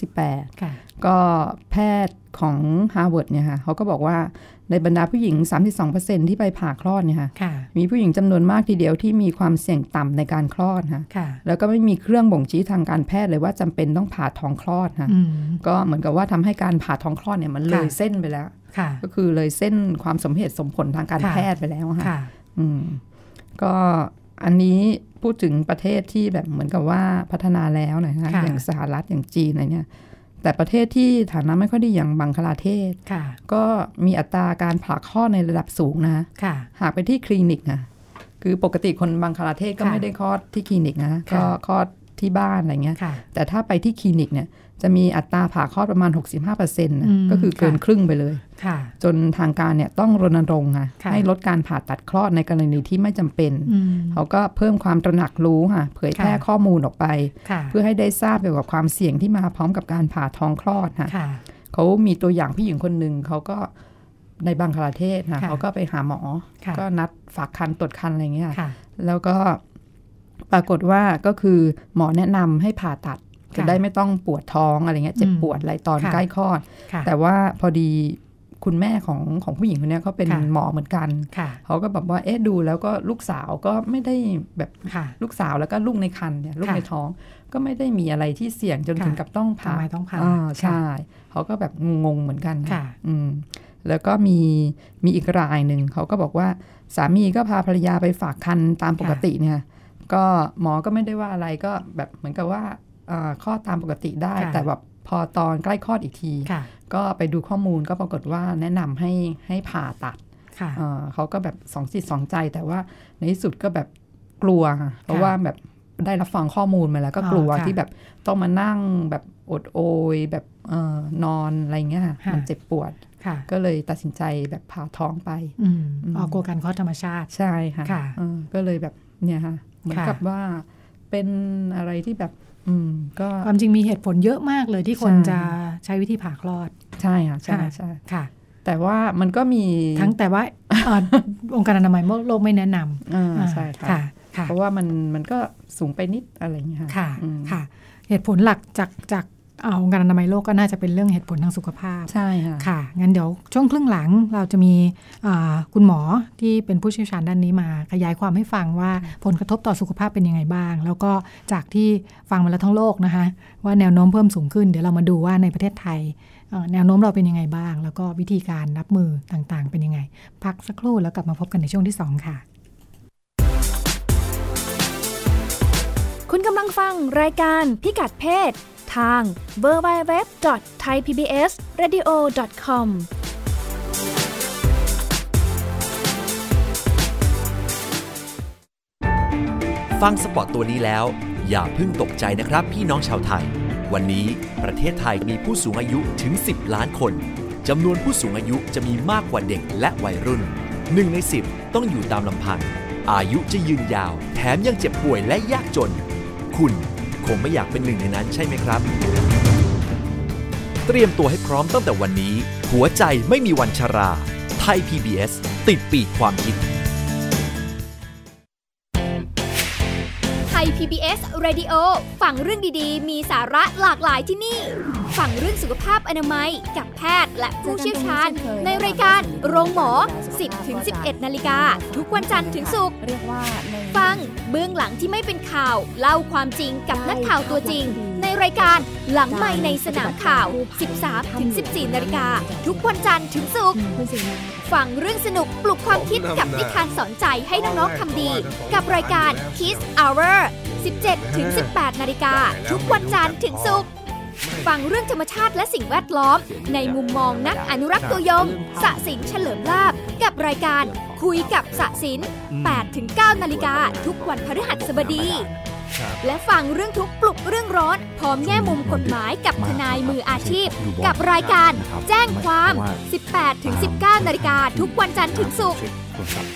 2558 ค่ะ ก็แพทย์ของฮาร์วาร์ดเนี่ยค่ะเขาก็บอกว่าในบรรดาผู้หญิง 32%ที่ไปผ่าคลอดเนี่ยค่ะ ค่ะ มีผู้หญิงจำนวนมากทีเดียวที่มีความเสี่ยงต่ำในการคลอดค่ะ ค่ะ แล้วก็ไม่มีเครื่องบ่งชี้ทางการแพทย์เลยว่าจำเป็นต้องผ่าท้องคลอดค่ะ อืม ก็เหมือนกับว่าทำให้การผ่าท้องคลอดเนี่ยมันเลย ค่ะ เส้นไปแล้ว ค่ะ ก็คือเลยเส้นความสมเหตุสมผลทางการ ค่ะ แพทย์ไปแล้วค่ะ ค่ะ อืมก็อันนี้พูดถึงประเทศที่แบบเหมือนกับว่าพัฒนาแล้วนะคะ ค่ะ อย่างสหรัฐอย่างจีนอะไรเนี่ย แต่ประเทศที่ฐานะไม่ค่อยดีอย่างบังคลาเทศ ค่ะ ก็มีอัตราการผ่าคลอดในระดับสูงนะ ค่ะ หากไปที่คลินิกนะคือปกติคนบังคลาเทศก็ ค่ะ ไม่ได้คลอดที่คลินิกนะ ค่ะ ก็คลอดที่บ้านอะไรเงี้ย ค่ะ แต่ถ้าไปที่คลินิกเนี่ยจะมีอัตราผ่าคลอดประมาณ 65%นะ อืม ก็คือเกิน ค่ะ ครึ่งไปเลย ค่ะ จนทางการเนี่ยต้องรณรงค์ค่ะ ค่ะ ให้ลดการผ่าตัดคลอดในกรณีที่ไม่จำเป็น อืม เขาก็เพิ่มความตระหนักรู้ค่ะเผยแพร่ ค่ะ ข้อมูลออกไป ค่ะ เพื่อให้ได้ทราบเกี่ยวกับความเสี่ยงที่มาพร้อมกับการผ่าท้องคลอดค่ะ ค่ะ เขามีตัวอย่างผู้หญิงคนหนึ่งเขาก็ในบังคลาเทศค่ะ ค่ะ เขาก็ไปหาหมอ ค่ะ ก็นัดฝากคันตรวจคันอะไรอย่างเงี้ย ค่ะ แล้วก็ปรากฏว่าก็คือหมอแนะนำให้ผ่าตัดจะ ค่ะ ได้ไม่ต้องปวดท้องอะไรเงี้ยเจ็บ อืม ปวดอะไรตอน ค่ะ ใกล้คลอด ค่ะ แต่ว่าพอดีคุณแม่ของของผู้หญิงคนเนี้ยเขาเป็น ค่ะ หมอเหมือนกัน ค่ะ เขาก็แบบว่าเอ๊ะดูแล้วก็ลูกสาวก็ไม่ได้แบบ ค่ะ ลูกสาวแล้วก็ลูกในครรภ์เนี่ยลูกในท้องก็ไม่ได้มีอะไรที่เสี่ยงจน ค่ะ ถึงกับต้องผ่า ทำไมต้องผ่า อ่า ค่ะ ใช่ เขาก็แบบงงๆเหมือนกัน ค่ะ อืมแล้วก็มีมีอีกรายหนึ่งเขาก็บอกว่าสามีก็พาภรรยาไปฝากคันตามปกติเนี่ยก็หมอก็ไม่ได้ว่าอะไรก็แบบเหมือนกับว่าอ่าคลอดตามปกติได้ ค่ะ แต่แบบพอตอนใกล้คลอดอีกที ค่ะ ก็ไปดูข้อมูลก็ปรากฏว่าแนะนำให้ให้ผ่าตัด ค่ะ เอ่อเขาก็แบบสองจิตสองใจแต่ว่าในที่สุดก็แบบกลัวค่ะเพราะว่าแบบได้รับฟังข้อมูลมาแล้วก็ อ๋อก ลัว ค่ะ ที่แบบต้องมานั่งแบบอดโอย แบบเออนอนอะไรเงี้ยค่ะ ค่ะ มันเจ็บปวด ค่ะ ก็เลยตัดสินใจแบบผ่าท้องไป อืม อืม อ๋อกลัวการคลอดธรรมชาติ ใช่ค่ะ ค่ะ เออก็เลยแบบเนี่ยค่ะเหมือน ค่ะ กับว่าเป็นอะไรที่แบบ อืมก็ ความจริงมีเหตุผลเยอะมากเลยที่คน ใช่ จะใช้วิธีผ่าคลอด ใช่ค่ะใช่ ค่ะ ใช่ ค่ะ แต่ว่ามันก็มี ทั้งแต่ว่า เอ่อองค์การอนามัยโลกไม่แนะนำ อ่า อ่า ใช่ ค่ะ ค่ะ ค่ะ เพราะว่ามันมันก็สูงไปนิดอะไรเงี้ยค่ะ ค่ะ อืม ค่ะ เหตุผลหลักจากจากเอ่อองค์การอนามัยโลกก็น่าจะเป็นเรื่องเหตุผลทางสุขภาพ ใช่ค่ะ ค่ะ งั้นเดี๋ยวช่วงครึ่งหลังเราจะมีอ่าคุณหมอที่เป็นผู้เชี่ยวชาญด้านนี้มา ขยายความให้ฟังว่าผลกระทบต่อสุขภาพเป็นยังไงบ้าง แล้วก็จากที่ฟังมาแล้วทั้งโลกนะคะ ว่าแนวโน้มเพิ่มสูงขึ้น เดี๋ยวเรามาดูว่าในประเทศไทยเอ่อแนวโน้มเราเป็นยังไงบ้าง แล้วก็วิธีการรับมือต่างๆ เป็นยังไง พักสักครู่แล้วกลับมาพบกันในช่วงที่สองค่ะ คุณกำลังฟังรายการพิกัดเพศ ทาง www.thaipbsradio.com ฟังสปอตตัวนี้แล้ว อย่าเพิ่งตกใจนะครับพี่น้องชาวไทย วันนี้ประเทศไทยมีผู้สูงอายุถึง 10 ล้านคนจำนวนผู้สูงอายุจะมีมากกว่าเด็กและวัยรุ่น 1 ใน 10 ต้องอยู่ตามลำพัง อายุจะยืนยาว แถมยังเจ็บป่วยและยากจน คุณคงไม่อยากเป็นหนึ่งในนั้นใช่ไหมครับ เตรียมตัวให้พร้อมตั้งแต่วันนี้ หัวใจไม่มีวันชรา ไทย PBS ติดปีกความคิด ไทย PBS Radio ฟังเรื่องดีๆ มีสาระหลากหลายที่นี่ ฟังเรื่องสุขภาพอนามัย กับแพทย์และผู้เชี่ยวชาญ ในรายการโรงหมอ 10-11 นาฬิกา ทุกวันจันทร์ถึงศุกร์ เรียกว่าใน ฟังเบื้องหลังที่ไม่เป็นข่าว เล่าความจริงกับนักข่าวตัวจริง ในรายการหลังไม่ในสนามข่าว 13-14 นาฬิกา ทุกวันจันทร์ถึงศุกร์ ฟังเรื่องสนุกปลุกความคิดกับนิทานสอนใจให้น้อง ๆ ทำดี กับรายการ Kiss Hour 17 ถึง 18 นาฬิก า ทุกวันจันทร์ถึงศุกร์ฟังเรื่องธรรมชาติและสิ่งแวดล้อม ในมุมมองนักอนุรักษ์ตัวยงสะสินเฉลิมลาบ กับรายการคุยกับสะสิน 8 ถึง 9 นาฬิกา ทุกวันพฤหัสบดี และฟังเรื่องทุกข์ปลุกเรื่องร้อน พร้อมแง่มุมกฎหมายกับทนายมืออาชีพ กับรายการแจ้งความ 18 ถึง 19 นาฬิกา ทุกวันจันทร์ถึงศุกร์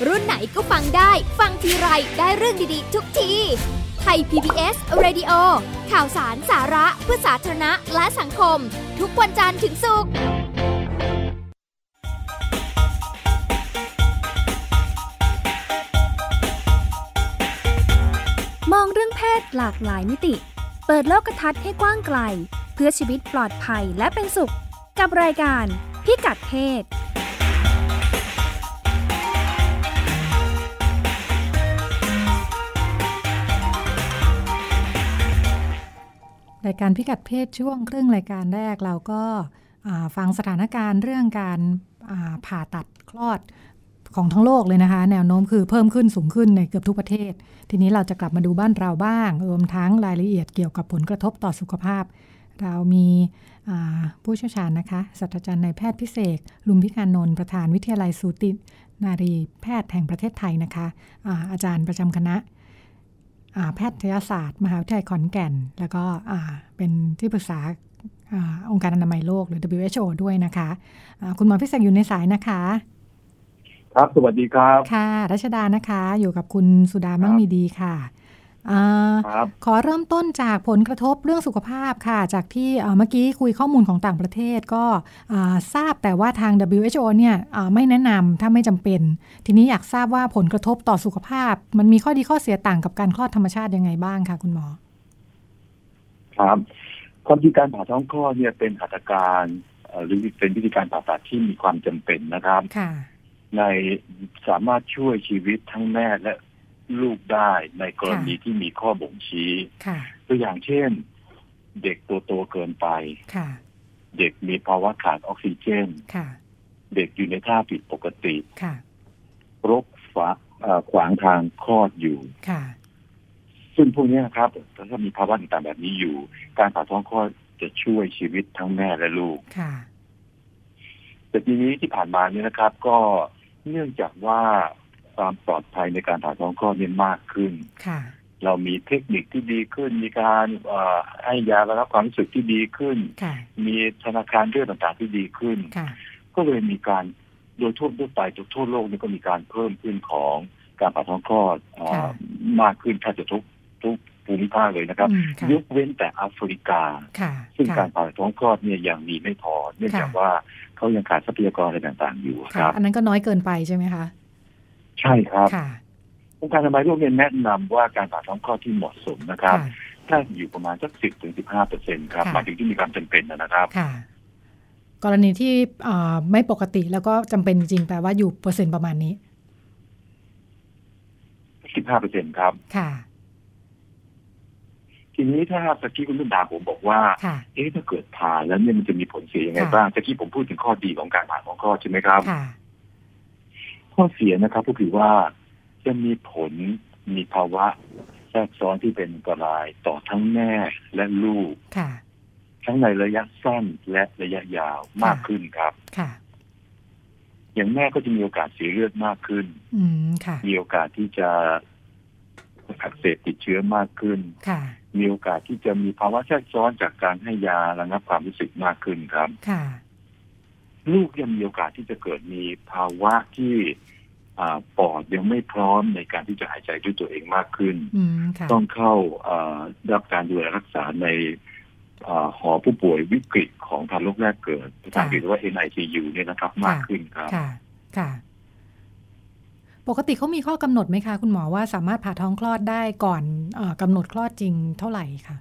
รุ่นไหนก็ฟังได้ ฟังทีไรได้เรื่องดี ๆ ทุกที ไทย PBS Radio ข่าวสารสาระเพื่อสาธารณะและสังคม ทุกวันจันทร์ถึงศุกร์ มองเรื่องเพศหลากหลายมิติ เปิดโลกทัศน์ให้กว้างไกล เพื่อชีวิตปลอดภัยและเป็นสุข กับรายการพิกัดเพศ รายการพิกัดเพศช่วงครึ่งรายการแรกเราก็อ่าฟังสถานการณ์เรื่องการอ่าผ่าตัดคลอดของทั้งโลกเลยนะคะ แนวโน้มคือเพิ่มขึ้นสูงขึ้นในเกือบทุกประเทศ ทีนี้เราจะกลับมาดูบ้านเราบ้าง รวมทั้งรายละเอียดเกี่ยวกับผลกระทบต่อสุขภาพ เรามีอ่าผู้เชี่ยวชาญนะคะศาสตราจารย์นายแพทย์พิเศษ ลุมพิการนนท์ประธานวิทยาลัยสูตินารีแพทย์แห่งประเทศไทยนะคะอาอาจารย์ประจำคณะ อ่าแพทยศาสตร์ มหาวิทยาลัยขอนแก่น แล้วก็อ่าเป็นที่ปรึกษาอ่าองค์การอนามัยโลกหรือ WHO ด้วยนะคะอ่าคุณหมอพิเศษอยู่ในสายนะคะ ครับ สวัสดีครับ ค่ะ รัชดานะคะ อยู่กับคุณสุดามั่งมีดีค่ะอ่า ครับ ขอเริ่มต้นจากผลกระทบเรื่องสุขภาพค่ะ จากที่อ่าเมื่อกี้คุยข้อมูลของต่างประเทศก็อ่าทราบแต่ว่าทาง WHO เนี่ยอ่าไม่แนะนำถ้าไม่จำเป็น ทีนี้อยากทราบว่าผลกระทบต่อสุขภาพ มันมีข้อดีข้อเสียต่างกับการคลอดธรรมชาติยังไงบ้างคะคุณหมอ ครับความจริงการผ่าท้องคลอดเนี่ยเป็นหัตถการเอ่อหรือเป็นวิธีการผ่าตัดที่มีความจำเป็นนะครับ ค่ะ ในสามารถช่วยชีวิตทั้งแม่และลูกได้ในกรณีที่มีข้อบ่งชี้ ค่ะ ตัวอย่างเช่น เด็กตัวโตเกินไป ค่ะ เด็กมีภาวะขาดออกซิเจน ค่ะ เด็กอยู่ในท่าผิดปกติ ค่ะ รกฝาเอ่อขวางทางคลอดอยู่ ค่ะ ซึ่งพวกเนี้ยครับถ้ามีภาวะต่างๆแบบนี้อยู่ การผ่าท้องคลอดจะช่วยชีวิตทั้งแม่และลูก ค่ะ แต่ทีนี้ที่ผ่านมาเนี่ยนะครับ ก็เนื่องจากว่าความปลอดภัยในการผ่าท้องคลอดเนี่ยมากขึ้น ค่ะ เรามีเทคนิคที่ดีขึ้น มีการเอ่อให้ยาระงับความรู้สึกที่ดีขึ้น ค่ะ มีธนาคารเลือดต่างๆที่ดีขึ้น ค่ะ ก็เลยมีการโดยทั่วทั่วไปทั่วโลกเนี่ยก็มีการเพิ่มขึ้นของการผ่าท้องคลอดเอ่อ ค่ะ มากขึ้นแทบจะทุกทุกภูมิภาคเลยนะครับ อืมค่ะ ยกเว้นแต่แอฟริกา ค่ะ ซึ่ง ค่ะ การผ่าท้องคลอดเนี่ยยังมีไม่พอ เนื่องจาก ค่ะ ว่าเขายังขาดทรัพยากรอะไรต่างๆ อยู่ค ค่ะ รับ อันนั้นก็น้อยเกินไปใช่ไหมคะ ใช่ครับ ค่ะ องค์การอนามัยโลกเนี่ยแนะนำว่าการผ่าท้องคลอดที่เหมาะสมนะครับ ค่ะ ถ้าอยู่ประมาณสักสิบถึงสิบห้าเปอร์เซ็นต์ครับ ค่ะ หมายถึงที่มีความจำเป็นนะนะครับ ค่ะ กรณีที่เอ่อไม่ปกติแล้วก็จำเป็นจริงๆแปลว่าอยู่เปอร์เซ็นต์ประมาณนี้ สิบห้าเปอร์เซ็นต์ครับ ค่ะ ทีนี้ถ้าตะกี้คุณลุงดาผมบอกว่า ค่ะ เอ๊ะถ้าเกิดผ่าแล้วเนี่ยมันจะมีผลเสียยังไง ค่ะ บ้างตะกี้ผมพูดถึงข้อดีของการผ่าท้องคลอดใช่ไหมครับ ค่ะ ข้อเสียนะครับก็คือว่าจะมีผลมีภาวะแทรกซ้อนที่เป็นอันตรายต่อทั้งแม่และลูก ค่ะ ทั้งในระยะสั้นและระยะยาวมากขึ้นครับ ค่ะ อย่างแม่ก็จะมีโอกาสเสียเลือดมากขึ้น อืม ค่ะ มีโอกาสที่จะอักเสบติดเชื้อมากขึ้น ค่ะ มีโอกาสที่จะมีภาวะแทรกซ้อนจากการให้ยาระงับความรู้สึกมากขึ้นครับ ค่ะ ลูกยังมีโอกาสที่จะเกิดมีภาวะที่อ่าปอดยังไม่พร้อมในการที่จะหายใจด้วยตัวเองมากขึ้น อืม ค่ะ ต้องเข้าอ่ารับการดูแลรักษาในอ่าหอผู้ป่วยวิกฤตของทารกแรกเกิดภาษาอังกฤษเรียกว่า NICU เนี่ยนะครับ มากขึ้นครับ ค่ะ ค่ะ ปกติเขามีข้อกำหนดไหมคะ คุณหมอว่าสามารถผ่าท้องคลอดได้ก่อนเอ่อกำหนดคลอดจริงเท่าไหร่คะ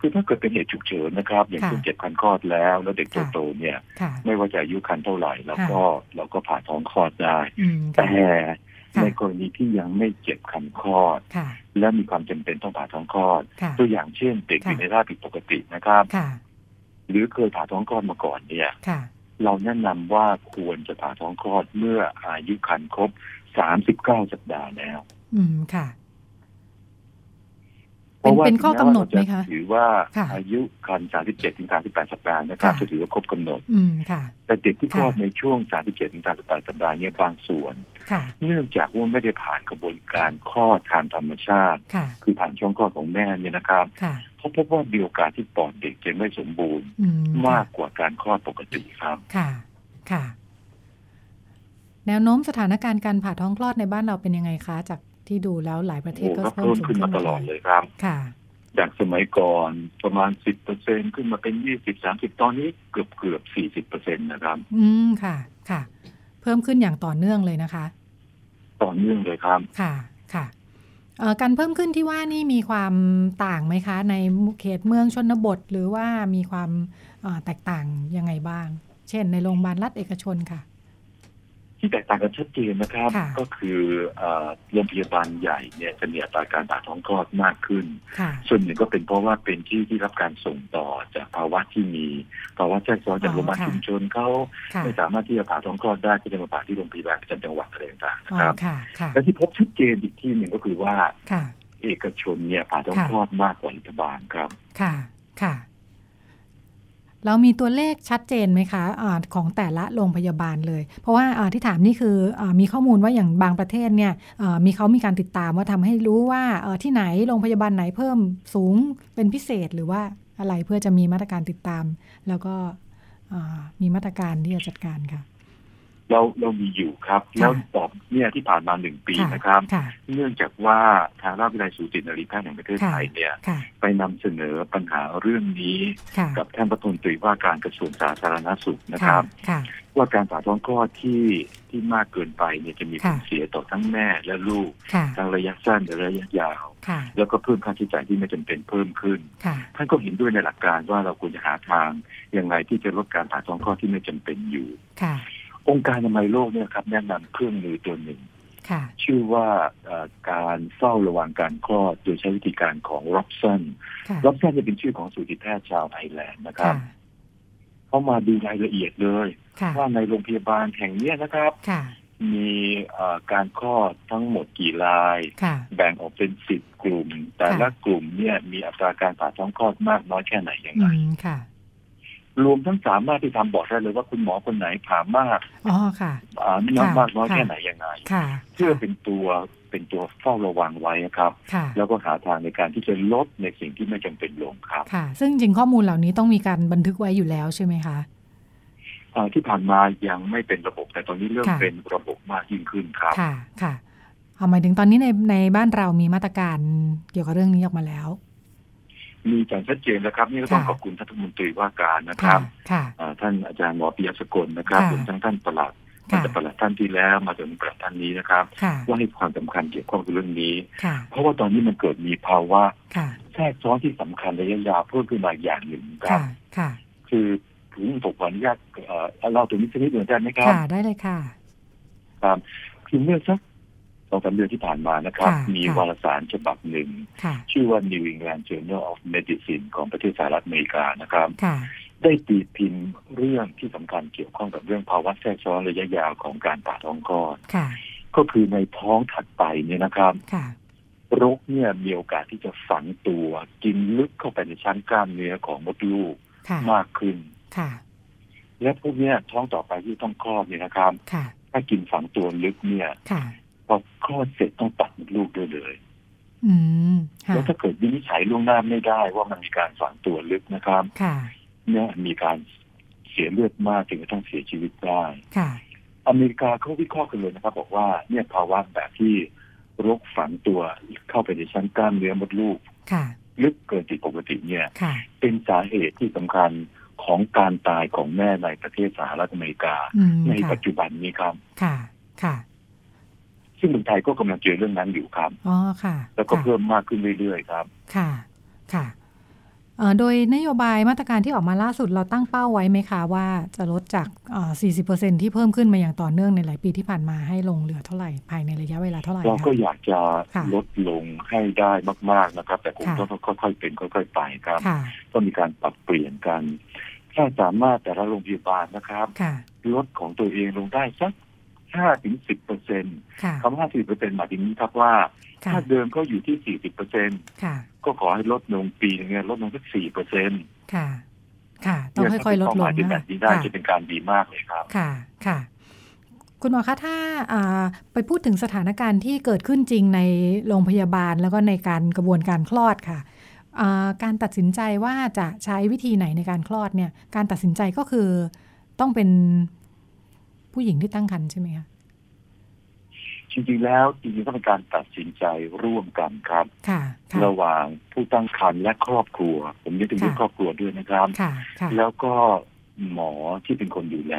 คือถ้าเกิดเป็นเหตุฉุกเฉินนะครับ อย่าง ค่ะ เช่นเจ็บคันคลอดแล้ว แล้วเด็กตัว ค่ะ โตเนี่ย ค่ะ ไม่ว่าจะอายุคันเท่าไหร่เราก็เราก็ผ่าท้องคลอดได้ อืมค่ะ แต่ใน ค่ะ กรณีที่ยังไม่เจ็บคันคลอด ค่ะ และมีความจำเป็นต้องผ่าท้องคลอด ค่ะ ตัวอย่างเช่นเด็กอยู่ ค่ะ ในท่าผิดปกตินะครับ ค่ะ หรือเคยผ่าท้องคลอดมาก่อนเนี่ย ค่ะ เราแนะนำว่าควรจะผ่าท้องคลอดเมื่ออายุครรภ์ครบ 39 สัปดาห์แล้ว อืม ค่ะ เพราะว่า เป็นข้อกำหนดไหมคะ ถึงแว่าเราจถือว่า ค่ะ อายุครรภ์37ถึง38สัปดาห์นะครับจะถือว่าครบกำหนด อืม ค่ะ แต่เด็กที่คลอด ค่ะ ในช่วง 37ถึง38สัปดาห์เนี่ยบางส่วน ค่ะ เนื่องจากว่าไม่ได้ผ่านกระบวนการคลอดทางธรรมชาติ ค่ะ คือผ่านช่องคลอดของแม่เนี่ยนะครับ ค่ะ เขาพบว่ามีโอกาสที่ปอดเด็กจะไม่สมบูรณ์ อืมค่ะ มากกว่าการคลอดปกติครับ ค่ะ ค่ะ แนวโน้มสถานการณ์การผ่าท้องคลอดในบ้านเราเป็นยังไงคะ จากที่ดูแล้วหลายประเทศ โอ้ ก็ ก็ เพิ่ เพิ่ ม ม สูง ขึ้นมาตลอดเลยครับ ค่ะ จากสมัยก่อนประมาณ 10เปอร์เซ็นขึ้นมาเป็น 20 30 ตอนนี้เกือบเกือบ40เปอร์เซ็นนะครับ อืม ค่ะ ค่ะ เพิ่มขึ้นอย่างต่อเนื่องเลยนะคะ ต่อเนื่องเลยครับ ค่ะ ค่ะ เอ่อการเพิ่มขึ้นที่ว่านี่มีความต่างไหมคะ ในเขตเมืองชนบท หรือว่ามีความเอ่อแตกต่างยังไงบ้าง เช่น ในโรงพยาบาลรัฐเอกชนค่ะ ที่แตกต่างกันชัดเจนนะครับ ค่ะ ก็คือเอ่อโรงพยาบาลใหญ่เนี่ยจะมีอัตราการผ่าท้องคลอดมากขึ้น ค่ะ ส่วนหนึ่งก็เป็นเพราะว่าเป็นที่ที่รับการส่งต่อจากภาวะที่มีภาวะแทรกซ้อนจาก อ๋อ โรงพยาบาล ค่ะ ชุมชนเขา ค่ะ ไม่สามารถที่จะผ่าท้องคลอดได้ก็จะมาผ่าที่โรงพยาบาลประจำจังหวัดอะไรต่างๆ อ๋ นะ อ ครับ ค่ะค่ะ และที่พบชัดเจนอีกที่หนึ่งก็คือว่า ค่ะ เอกชนเนี่ยผ่าท้อง ค่ะ คลอดมากกว่ารัฐบาลครับ ค่ะ ค่ะ เรามีตัวเลขชัดเจนไหมคะอาของแต่ละโรงพยาบาลเลย เพราะว่าอ่าที่ถามนี่คืออามีข้อมูลว่าอย่างบางประเทศเนี่ยอ่ามีเขามีการติดตามว่าทำให้รู้ว่าเอ่อที่ไหนโรงพยาบาลไหนเพิ่มสูงเป็นพิเศษหรือว่าอะไรเพื่อจะมีมาตรการติดตาม แล้วก็อ่ามีมาตรการที่จะจัดการค่ะ เราเรามีอยู่ครับ ค่ะ แล้วตอบเนี่ยที่ผ่านมาหนึ่งปีนะครับ ค่ะ เนื่องจากว่าทางราชวิทยาลัยสูตินรีแพทย์แห่งประเทศ ค่ะ ไทยเนี่ย ค่ะ ไปนำเสนอปัญหาเรื่องนี้ ค่ะ กับท่านรัฐมนตรีว่าการกระทรวงสาธารณสุขนะครับ ค่ะ ว่าการผ่าท้องคลอดที่ที่มากเกินไปเนี่ยจะมีผล ค่ะ เสียต่อทั้งแม่และลูก ค่ะ ทั้งระยะสั้นและระยะยาว ค่ะ แล้วก็เพิ่มค่าใช้จ่ายที่ไม่จำเป็นเพิ่มขึ้น ค่ะ ท่านก็เห็นด้วยในหลักการว่าเราควรจะหาทางอย่างไรที่จะลดการผ่าท้องคลอดที่ไม่จำเป็นอยู่ ค่ะ องค์การอนามัยโลกเนี่ยครับแนะนำเครื่องมือตัวหนึ่ง ค่ะ ชื่อว่าเอ่อการเฝ้าระวังการคลอด โดยใช้วิธีการของร็อบสัน ค่ะ ร็อบสันจะเป็นชื่อของสูติแพทย์ชาวไอร์แลนด์นะค ค่ะ รับเขามาดูรายละเอียดเลย ค่ะ ว่าในโรงพยาบาลแห่งเนี้ยนะครับ ค่ะ มีเอ่อการคลอดทั้งหมดกี่ราย ค่ะ แบ่งออกเป็นสิบกลุ่ม แต่ละกลุ่มเนี่ยมีอัตราการผ่าท้องคลอดมากน้อยแค่ไหนยัง อื ไง มค่ะ รวมทั้งสามารถที่ทำบอกได้เลยว่าคุณหมอคนไหนผ่ามาก อ๋อค่ะ ผ่าน้อย ค่ะ มากน้อย ค่ะ แค่ไหนยังไง ค่ะ เพื่อเป็นตัวเป็นตัวเฝ้าระวังไว้ครับ ค่ะ แล้วก็หาทางในการที่จะลดในสิ่งที่ไม่จำเป็นลงครับ ค่ะ ซึ่งจริงข้อมูลเหล่านี้ต้องมีการบันทึกไว้อยู่แล้วใช่ไหมคะ เอ่อที่ผ่านมายังไม่เป็นระบบ แต่ตอนนี้เริ่ม ค่ะ เป็นระบบมากยิ่งขึ้นครับ ค่ะ ค่ะ เอาหมายถึงตอนนี้ในในบ้านเรามีมาตรการเกี่ยวกับเรื่องนี้ออกมาแล้ว มีการชัดเจนนะครับ นี่ก็ต้อง ค่ะ ขอบคุณท่านรัฐมนตรีว่าการนะค ค่ะ รับ ค่ะ เอ่อท่านอาจารย์หมอปิยะสกลนะครับ ค่ะ รวมทั้งท่านประหลัดท่าน ค่ะ ประหลัดท่านที่แล้วมาจนถึงประหลัดท่านนี้นะครับ ค่ะ ว่าให้ความสำคัญเกี่ยวข้องกับเรื่องนี้ ค่ะ เพราะว่าตอนนี้มันเกิดมีภาวะ ค่ะ แทรกซ้อนที่สำคัญระยะยาวเพิ่มขึ้นมาอย่างหนึ่งครั ค่ะ บ ค่ะ คือผมผมขออนุญาตเอ่อเล่าตรงนี้สักนิดหนึ่งได้ไหมครับ ค่ะ ได้เลยค่ะ ครับคือเมื่อสักสองสามเดือนที่ผ่านมานะครับ ค่ะ มี ค่ะ วารสารฉบับหนึ่ง ค่ะ ชื่อว่า New England Journal of Medicine ของประเทศสหรัฐอเมริกานะครับ ค่ะ ได้ตีพิมพ์เรื่องที่สำคัญเกี่ยวข้องกับเรื่องภาวะแทรกซ้อนระยะยาวของการผ่าท้องคลอด ค่ะ ก็คือในท้องถัดไปเนี่ยนะครับ ค่ะ โรคเนี่ยมีโอกาสที่จะฝังตัวกินลึกเข้าไปในชั้นกล้ามเนื้อของมดลูก ค่ะ มากขึ้น ค่ะ และพวกเนี้ยท้องต่อไปที่ต้องคลอดเนี่ยนะครับ ค่ะ ถ้ากินฝังตัวลึกเนี่ย ค่ะ พอคลอดเสร็จต้องตัดมดลูกด้วยเลย อืม ค่ะ แล้วถ้าเกิดวินิจฉัยล่วงหน้าไม่ได้ว่ามันมีการฝังตัวลึกนะครับ ค่ะ เนี่ยมีการเสียเลือดมากถึงกระทั่งเสียชีวิตได้ ค่ะ อเมริกาเขาวิเคราะห์กันเลยนะครับ บอกว่าเนี่ยภาวะแบบที่รกฝังตัวเข้าไปในชั้นกล้ามเนื้อมดลูก ค่ะ ลึกเกินผิดปกติเนี่ย ค่ะ เป็นสาเหตุที่สำคัญของการตายของแม่ในประเทศสหรัฐอเมริกา อืม ใน ค่ะ ปัจจุบันนี้ครับ ค่ะ ค่ะ ซึ่งเมืองไทยก็กำลังเจอเรื่องนั้นอยู่ครับ อ๋อ ค่ะ แล้วก็ ค่ะ เพิ่มมากขึ้นเรื่อยๆครับ ค่ะ ค่ะเอ่อโดยนโยบายมาตรการที่ออกมาล่าสุดเราตั้งเป้าไว้ไหมคะ ว่าจะลดจากเอ่อ40%ที่เพิ่มขึ้นมาอย่างต่อเนื่องในหลายปีที่ผ่านมาให้ลงเหลือเท่าไหร่ภายในระยะเวลาเท่าไหร่ เรา คะ ก็อยากจะ ค่ะ ลดลงให้ได้มาก ๆนะครับ แต่คง ค่ะ ต้องค่อยๆเป็นค่อยๆไปครับ ค่ะ ก็มีการปรับเปลี่ยนกัน ถ้าสามารถแต่ละโรงพยาบาลนะครับ ค่ะ ลดของตัวเองลงได้สักห้าถึงสิบเปอร์เซ็นต์ ค่ะ คำว่าสิบเปอร์เซ็นต์หมายถึงนี้ครับว่า ค่ะ ถ้าเดิมก็อยู่ที่สี่สิบเปอร์เซ็นต์ ค่ะ ก็ขอให้ลดลงปีนึงเนี่ยลดลงสักสี่เปอร์เซ็นต์ ค่ะ ค่ะ ต้องค่อยๆลดลง ที่ นะ แบบนี้ได้ ค่ะ จะเป็นการดีมากเลยครับ ค่ะ ค่ะ คุณหมอคะ ถ้าอ่าไปพูดถึงสถานการณ์ที่เกิดขึ้นจริงในโรงพยาบาลแล้วก็ในการกระบวนการคลอดค่ะอ่าการตัดสินใจว่าจะใช้วิธีไหนในการคลอดเนี่ย การตัดสินใจก็คือต้องเป็นผู้หญิงที่ตั้งครรภ์ใช่ไหมคะ จริงๆแล้วจริงๆก็เป็นการตัดสินใจร่วมกันครับ ค่ะ ค่ะ ระหว่างผู้ตั้งครรภ์และครอบครัว ผมนึกถึงเรื่อง ค่ะ ครอบครัวด้วยนะครับ ค่ะ ค่ะ แล้วก็หมอที่เป็นคนดูแล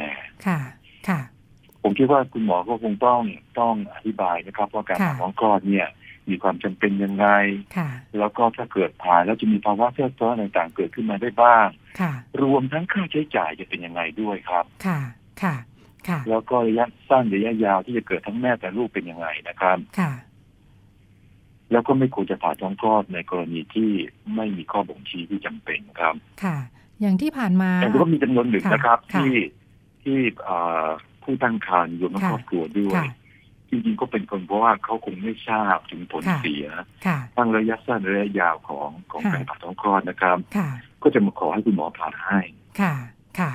ค่ะ ค่ะ ผมคิดว่าคุณหมอก็คงต้องต้องอธิบายนะครับว่าการ ค่ะ ผ่าท้องคลอดเนี่ย มีความจำเป็นยังไง ค่ะ แล้วก็ถ้าเกิดผ่านแล้วจะมีภาวะแทรกซ้อนอะไรต่างๆเกิดขึ้นมาได้บ้าง ค่ะ รวมทั้งค่าใช้จ่ายจะเป็นยังไงด้วยครับ ค่ะ ค่ะ ค่ะ แล้วก็ระยะสั้นระยะยาวที่จะเกิดทั้งแม่แต่ลูกเป็นยังไงนะครับ ค่ะ แล้วก็ไม่ควรจะผ่าท้องคลอดในกรณีที่ไม่มีข้อบ่งชี้ที่จำเป็นครับ ค่ะ อย่างที่ผ่านมา แต่ก็มีจำนวนหนึ่ง ค่ะ นะครับ ค่ะ ที่ที่อ่าผู้ตั้งครรภ์รวมทั้ง ค่ะ ครอบครัวด้วย ค่ะ จริงๆก็เป็นคนเพราะว่าเขาคงไม่ทราบถึงผล ค่ะ เสีย ค่ะ ทั้งระยะสั้นระยะยาวของของ ค่ะ การผ่าท้องคลอดนะครับ ค่ะ ก็จะมาขอให้คุณหมอผ่าให้ ค่ะ ค่ะ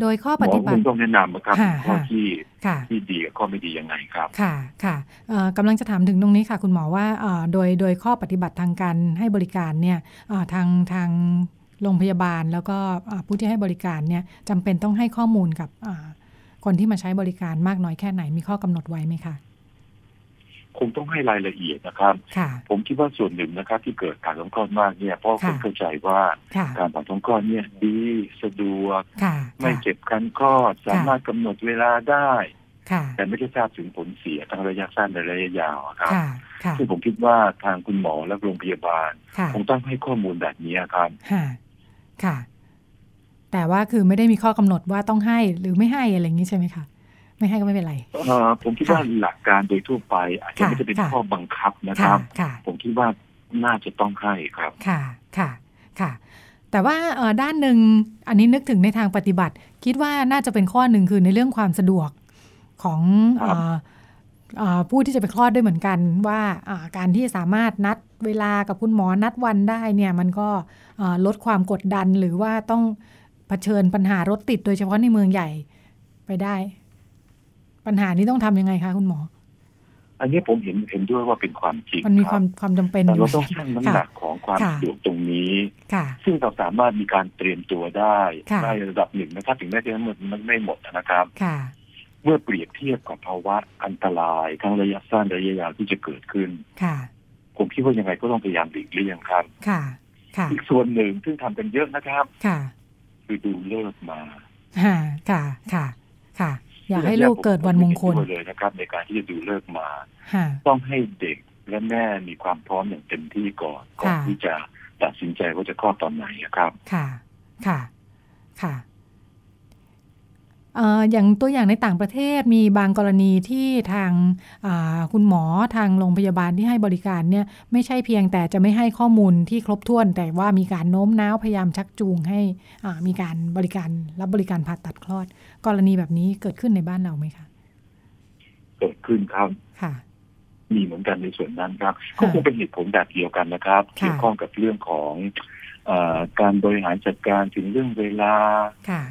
โดยข้อ หม ป อ ฏิบั ค ติ งต้องแนะนำนะครับ ค่ะ ข้อ ค่ะ ที่ ค่ะ ที่ดีกับข้อไม่ดียังไงครับ ค่ะ ค่ะเอ่อกำลังจะถามถึงตรงนี้ค่ะ คุณหมอว่าเอ่อโดย โดยข้อปฏิบัติทางการให้บริการเนี่ยเอ่อทาง ทางโรงพยาบาลแล้วก็เอ่อผู้ที่ให้บริการเนี่ยจำเป็นต้องให้ข้อมูลกับเอ่อคนที่มาใช้บริการมากน้อยแค่ไหน มีข้อกำหนดไว้ไหมคะ คงต้องให้รายละเอียดนะครับ ค่ะ ผมคิดว่าส่วนหนึ่งนะครับ ที่เกิดการท้องคลอดมากเนี่ยเพราะค ค่ะ นเข้าใจว่า ค่ะ การผ่าท้องคลอดเนี่ยดีสะดวก ค่ะ ไม่เจ็บคันคลอดสามารถกำหนดเวลาได้ ค่ะ แต่ไม่ได้ทราบถึงผลเสียทั้งระยะสั้นและระยะยาวอะครับ ค่ะ ค่ะ ซึ่งผมคิดว่าทางคุณหมอและโรงพยาบาล ค่ะ คงต้องให้ข้อมูลแบบนี้ครับ ค่ะ ค่ะ แต่ว่าคือไม่ได้มีข้อกำหนดว่าต้องให้หรือไม่ให้อะไรอย่างนี้ใช่ไหมคะ ไม่ให้ก็ไม่เป็นไร เอ่อผมคิดว่าหลักการโดยทั่วไป อาจจะ ค่ะ ไม่ได้เป็น ค่ะ ข้อบังคับนะค ค่ะ รับ ค่ะ ผมคิดว่าน่าจะต้องให้ครับ ค่ะ ค่ะ ค่ะ แต่ว่าเอ่อด้านหนึ่งอันนี้นึกถึงในทางปฏิบัติ คิดว่าน่าจะเป็นข้อหนึ่งคือในเรื่องความสะดวกของเอ่อ ครับ เอ่อผู้ที่จะไปคลอดด้วยเหมือนกัน ว่าอ่าการที่สามารถนัดเวลากับคุณหมอนัดวันได้เนี่ยมันก็เอ่อลดความกดดันหรือว่าต้องเผชิญปัญหารถติดโดยเฉพาะในเมืองใหญ่ไปได้ ปัญหานี้ต้องทำยังไงคะคุณหมอ อันนี้ผมเห็นเห็นด้วยว่าเป็นความจริง มันมี ค ควา รับ มความจำเป็น แต่ อยู่ เราต้องชั่งน้ำหนักของความ ค่ะ สะดวกตรงนี้ ค่ะ ซึ่งเราสามารถมีการเตรียมตัวได้ ค่ะ ได้ระดับหนึ่งนะครับถึงแม้จะมันมันไม่หมดนะครับ ค่ะ เมื่อเปรียบเทียบกับภาวะอันตราย ทั้งระยะสั้นระยะยาวที่จะเกิดขึ้น ค่ะ ผมคิดว่ายังไงก็ต้องพยายามหลีกเลี่ยงครับ ค่ะ ค่ะ อีกส่วนหนึ่งซึ่งทำกันเยอะนะครับ ค่ะ คือดูเลิกษ์มา ค่ะ ค่ะ ค่ะ ค่ะ อยากให้ลูกเกิดวันมงคล ผมไม่เห็นด้วยเลยนะครับ ในการที่จะดูเลิกษ์มา ค่ะ ต้องให้เด็กและแม่มีความพร้อมอย่างเต็มที่ก่อนก่อน ค่ะ ที่จะตัดสินใจว่าจะคลอดตอนไหนนะครับ ค่ะ ค่ะ ค่ะเอ่ออย่างตัวอย่างในต่างประเทศมีบางกรณีที่ทางอ่าคุณหมอทางโรงพยาบาลที่ให้บริการเนี่ยไม่ใช่เพียงแต่จะไม่ให้ข้อมูลที่ครบถ้วน แต่ว่ามีการโน้มน้าวพยายามชักจูงให้อ่ามีการบริการรับบริการผ่าตัดคลอด กรณีแบบนี้เกิดขึ้นในบ้านเราไหมคะ เกิดขึ้นครับ ค่ะ มีเหมือนกันในส่วนนั้นครับ ก็คงเป็นเหตุผลแบบเดียวกันนะครับ ค่ะ เกี่ยวข้องกับเรื่องของเออการบริหารจัดการถึงเรื่องเวลา ค่ะ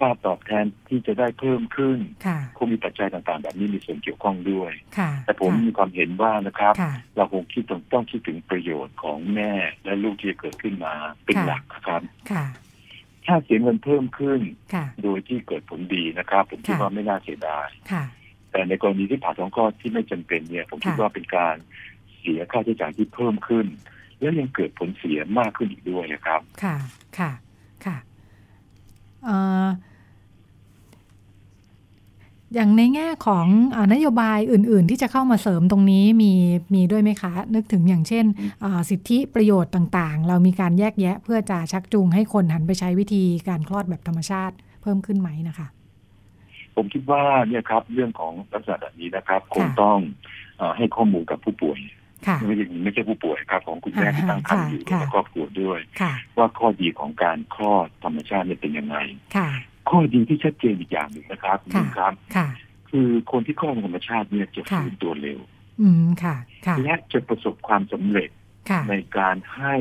ค่าตอบแทนที่จะได้เพิ่มขึ้น ค่ะ คงมีปัจจัยต่างๆ แบบนี้มีส่วนเกี่ยวข้องด้วย ค่ะ แต่ผมมีความเห็นว่านะครับ ค่ะ เราคงคิดต้องต้องคิดถึงประโยชน์ของแม่และลูกที่จะเกิดขึ้นมาเป็น ค่ะ หลักครับ ค่ะ ถ้าเสียเงินเพิ่มขึ้น ค่ะ โดยที่เกิดผลดีนะครับ ผมคิด ค่ะ ว่าไม่น่าเสียดาย ค่ะ แต่ในกรณีที่ผ่าท้องคลอดที่ไม่จำเป็นเนี่ย ผมคิด ค่ะ ว่าเป็นการเสียค่าใช้จ่ายที่เพิ่มขึ้น แล้วยังเกิดผลเสียมากขึ้นอีกด้วยนะครับ ค่ะ ค่ะ ค่ะเอ่ออย่างในแง่ของอานโยบายอื่น ๆ ที่จะเข้ามาเสริมตรงนี้มีมีด้วยไหมคะ นึกถึงอย่างเช่นอ่าสิทธิประโยชน์ต่างๆ เรามีการแยกแยะเพื่อจะชักจูงให้คนหันไปใช้วิธีการคลอดแบบธรรมชาติเพิ่มขึ้นไหมนะคะ ผมคิดว่าเนี่ยครับเรื่องของลักษณะแบบนี้นะครับ คง ค่ะ ต้องเอ่อให้ข้อมูลกับผู้ป่วย ค่ะ ไม่ใช่ไม่ใช่ผู้ป่วยครับ ของคุณแม่ อ่า ที่ตั้งครรภ์อยู่ ค่ะ และครอบครัวด้วย ค่ะ ว่าข้อดีของการคลอดธรรมชาติเนี่ยเป็นยังไง ค่ะ ข้อดีที่ชัดเจนอีกอย่างหนึ่งนะครับ ค่ะ ณครับ ค่ะ คือคนที่คลอดธรรมชาติเนี่ยจะ ค่ะ ฟื้นตัวเร็ว อืม ค่ะ ค่ะ และจะประสบความสำเร็จ ค่ะ ในการให้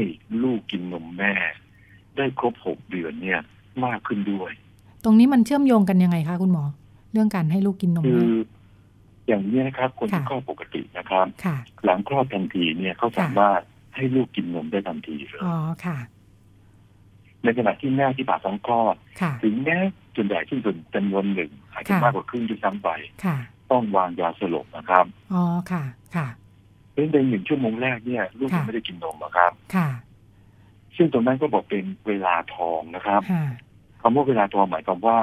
ลูกกินนมแม่ ได้ครบหกเดือนเนี่ยมากขึ้นด้วย ตรงนี้มันเชื่อมโยงกันยังไงคะคุณหมอ เรื่องการให้ลูกกินนม คื แม่ อ อย่างนี้ยนะครับ คนที่ ค่ะ คลอดปกตินะครับ ค่ะ หลังคลอดทันทีเนี่ยเขา ค่ะ สามารถให้ลูกกินนมได้ทันทีเลย อ๋อ ค่ะ ในขณะที่แม่ที่ผ่าท้องคลอด ค่ะ ถึงแม้ส่วนใหญ่ที่สุดจำนวนหนึ่งอาจจะ ค่ะ มากกว่าครึ่งด้วยซ้ำไป ค่ะ ต้องวางยาสลบนะครับ อ๋อ ค่ะ ค่ะ เพราะฉะนั้นในหนึ่งชั่วโมงแรกเนี่ยลูกยัง ค่ะ ไม่ได้กินนมนะครับ ค่ะ ซึ่งตรงนั้นก็บอกเป็นเวลาทองนะครับ ค่ะ คำว่าเวลาทองหมายความว่า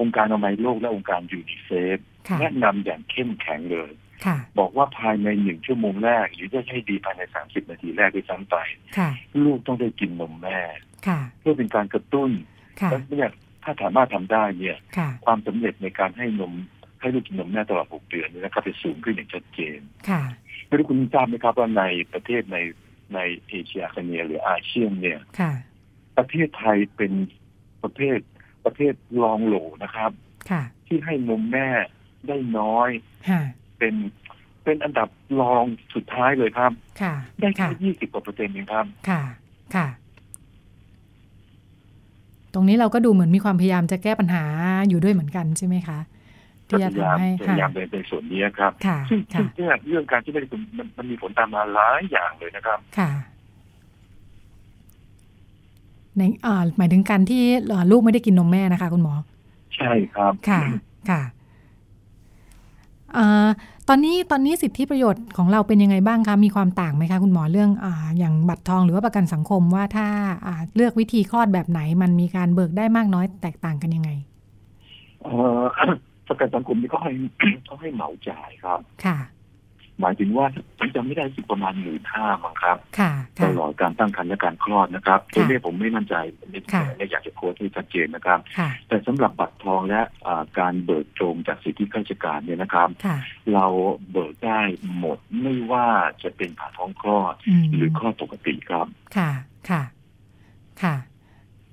องค์การอนามัยโลกและองค์การยูนิเซฟ ค่ะ แนะนำอย่างเข้มแข็งเลย ค่ะ บอกว่าภายในหนึ่งชั่วโมงแรก หรือจะให้ดีภายในสามสิบนาทีแรกด้วยซ้ำไป ค่ะ ลูกต้องได้กินนมแม่ ค่ะ เพื่อเป็นการกระตุ้น ค่ะ และเนี่ยถ้าสามารถทำได้เนี่ย ค่ะ ความสำเร็จในการให้นมให้ลูกกินนมแม่ตลอด 6 เดือนนี้นะครับจะสูงขึ้นอย่างชัดเจน ค่ะ ไม่รู้คุณทราบไหมครับว่าในประเทศในในเอเชียคเนียหรืออาเซียนเนี่ย ค่ะ ประเทศไทยเป็นประเภทประเภทรองโหลนะครับ ค่ะ ที่ให้นมแม่ได้น้อย ค่ะ เป็นเป็นอันดับรองสุดท้ายเลยครับ ค่ะ ได้แค่ ค่ะ ยี่สิบกว่าเปอร์เซ็นต์เองครับ ค่ะ ค่ะ ตรงนี้เราก็ดูเหมือนมีความพยายามจะแก้ปัญหาอยู่ด้วยเหมือนกันใช่ไหมคะ ก็ ที่ พ จะ ยายาม ทำให้ พ ค่ะ ยายามในในส่วนนี้ครับ ค่ะ ซึ่งซึ่ง ค่ะ เนี่ยเรื่องการที่ไม่ได้คุณมันมันมีผลตามมาหลายอย่างเลยนะครับ ค่ะในอ่าหมายถึงการที่เอ่อลูกไม่ได้กินนมแม่นะคะ คุณหมอ ใช่ครับ ค่ะ ค่ะอ่าตอนนี้ตอนนี้สิทธิประโยชน์ของเราเป็นยังไงบ้างคะ มีความต่างไหมคะคุณหมอเรื่องอาอย่างบัตรทองหรือว่าประกันสังคมว่าถ้าอ่าเลือกวิธีคลอดแบบไหน มันมีการเบิกได้มากน้อยแตกต่างกันยังไง เอ่ อ ประกันสังคมนี่ก็ให้ ก็ให้เหมาจ่ายครับ ค่ะ หมายถึงว่าจะไม่ได้สิบประมาณหมื่นห้ามั้งครับ ค่ะ ต ค่ะ ลอดการตั้งครรภ์และการคลอดนะครับ ค่ะ ตัวเลขผมไม่มั่นใจไม่ ค่ะ ไม่อยากจะโค้ดให้ชัดเจนนะครับ ค่ะ แต่สำหรับบัตรทองและอ่าการเบิกโจงจากสิทธิข้าราชการเนี่ยนะครับ ค่ะ เราเบิกได้หมดไม่ว่าจะเป็นผ่าท้องคลอด อืม หรือคลอดปกติครับ ค่ะ ค่ะ ค่ะ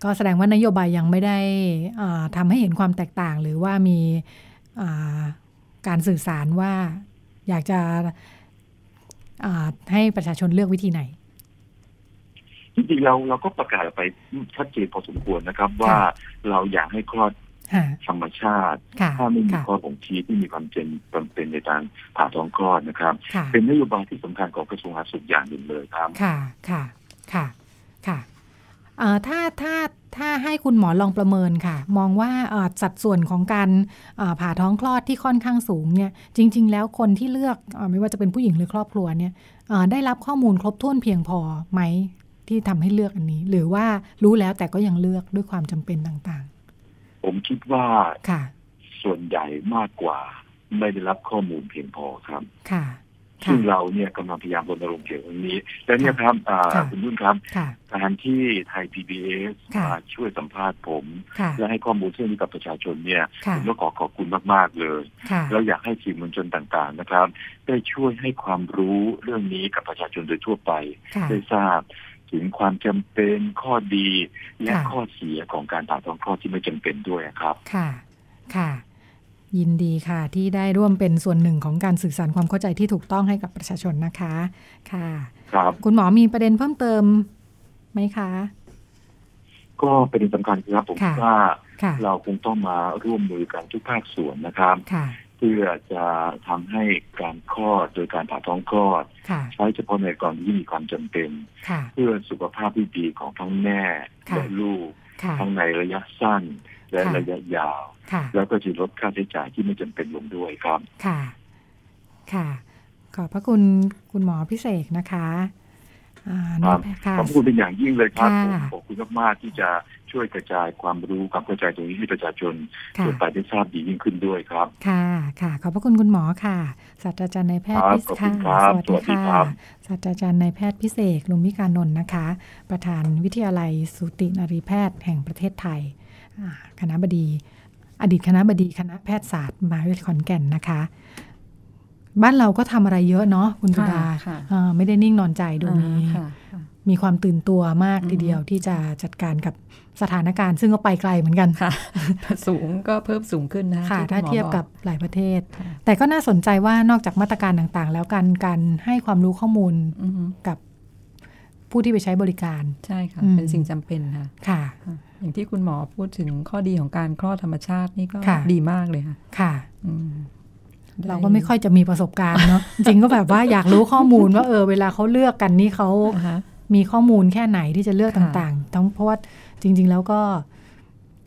ก็แสดงว่านโยบายยังไม่ได้อ่าทำให้เห็นความแตกต่าง หรือว่ามีอ่าการสื่อสารว่าอยากจะอ่าให้ประชาชนเลือกวิธีไหน จริงๆเราเราก็ประกาศไปชัดเจนพอสมควรนะครับ ว่าเราอยากให้คลอด ค่ะ ธรรมชาติ ค่ะ ถ้าไม่มี ค่ะ ข้อบ่งชี้ที่มีความเป็นจำเป็นในทางผ่าท้องคลอดนะครับ ค่ะ เป็นนโยบายที่สำคัญของกระทรวงสาธารณสุขอย่างหนึ่งเลยครับ ค่ะ ค่ะ ค่ะ ค่ะเอ่อถ้า ถ้า ถ้าให้คุณหมอลองประเมินค่ะ มองว่าเอ่อสัดส่วนของการเอ่อผ่าท้องคลอดที่ค่อนข้างสูงเนี่ย จริง ๆ แล้วคนที่เลือกเออไม่ว่าจะเป็นผู้หญิงหรือครอบครัวเนี่ยเอ่อได้รับข้อมูลครบถ้วนเพียงพอไหมที่ทำให้เลือกอันนี้ หรือว่ารู้แล้วแต่ก็ยังเลือกด้วยความจำเป็นต่าง ผมคิดว่า ๆ ค่ะ ส่วนใหญ่มากกว่า ไม่ได้รับข้อมูลเพียงพอครับ ค่ะ ค่ะ ซึ่งเราเนี่ยกำลังพยายามรณรงค์เกี่ยวกับเรื่องนี้ และเนี่ยครับอ่า ค่ะ คุณนุ่นครับ ค่ะ การที่ไทย PBS ค่ะ มาช่วยสัมภาษณ์ผม ค่ะ และให้ข้อมูลเรื่องนี้กับประชาชนเนี่ยผ ค่ะ มก็ขอขอบคุณมากๆเลย ค่ะ เราอยากให้สื่อมวลชนต่างๆนะครับ ได้ช่วยให้ความรู้เรื่องนี้กับประชาชนโดยทั่วไป ค่ะ ได้ทราบถึงความจำเป็นข้อดีและ ค่ะ ข้อเสียของการผ่าท้องคลอดที่ไม่จำเป็นด้วยครับ ค่ะ ค่ะ ยินดีค่ะที่ได้ร่วมเป็นส่วนหนึ่งของการสื่อสารความเข้าใจที่ถูกต้องให้กับประชาชนนะคะ ค่ะ ครับ คุณหมอมีประเด็นเพิ่มเติมไหมคะ ก็เป็นเรื่องสำคัญครับผม ค่ะ ว่า ค่ะ เราคงต้องมาร่วมมือกันทุกภาคส่วนนะครับ ค่ะ เพื่อจะทำให้การคลอดโดยการผ่าท้องคลอด ค่ะ ใช้เฉพาะในกรณีที่มีความจำเป็น ค่ะ เพื่อสุขภาพที่ดีของทั้งแม่ ค่ะ และลูก ค่ะ ทั้งในระยะสั้นและ ค่ะ ระยะยาว ค่ะ แล้วก็จะลดค่าใช้จ่ายที่ไม่จำเป็นลงด้วยครับ ค่ะ ค่ะ ขอบพระคุณคุณหมอพิเศษนะคะอ่า ครับ นี่ค่ะ ขอบคุณเป็นอย่างยิ่งเลยครับ ค่ะ ผมขอบคุณมากๆที่จะช่วยกระจายความรู้ความเข้าใจตรงนี้ให้ประชาชน ค่ะ ทั่วไปได้ทราบดียิ่งขึ้นด้วยครับ ค่ะ ค่ะ ขอบพระคุณคุณหมอค่ะ ศาสตราจารย์นายแพทย์ ครับ พิเศ ขษอบคุณครั ค่ะ บ สวัสดี สวัสดี ค่ะ ครับ ศาสตราจารย์นายแพทย์พิเศษลุมวิการนนท์นะคะ ประธานวิทยาลัยสูตินรีแพทย์แห่งประเทศไทยอ่าคณะบดี อดีตคณะบดีคณะแพทยศาสตร์มหาวิทยาลัยขอนแก่นนะคะ บ้านเราก็ทำอะไรเยอะเนาะคุณสุดา ค่ะ อ่าไม่ได้นิ่งนอนใจดูมี ค่ะ มีความตื่นตัวมาก อืม ทีเดียวที่จะจัดการกับสถานการณ์ ซึ่งก็ไปไกลเหมือนกัน ค่ะ สูงก็เพิ่มสูงขึ้นนะ ค่ะ ที่ ถ้า คุณหมอ เทียบอก กับหลายประเทศ ค่ะ แต่ก็น่าสนใจว่านอกจากมาตรการต่างๆ แล้วการการให้ความรู้ข้อมูล อือฮึ กับผู้ที่ไปใช้บริการ ใช่ค่ะ อืม เป็นสิ่งจำเป็นค่ะ ค่ะ อย่างที่คุณหมอพูดถึงข้อดีของการคลอดธรรมชาตินี่ก็ ค่ะ ดีมากเลยค่ะ ค่ะ อืม เราก็ไม่ค่อยจะมีประสบการณ์เนาะ จริงก็แบบว่าอยากรู้ข้อมูลว่าเออเวลาเขาเลือกกันนี่เขา อ่าฮะ มีข้อมูลแค่ไหนที่จะเลือก ค่ะ ต่างๆ ทั้งเพราะว่าจริง ๆ แล้วก็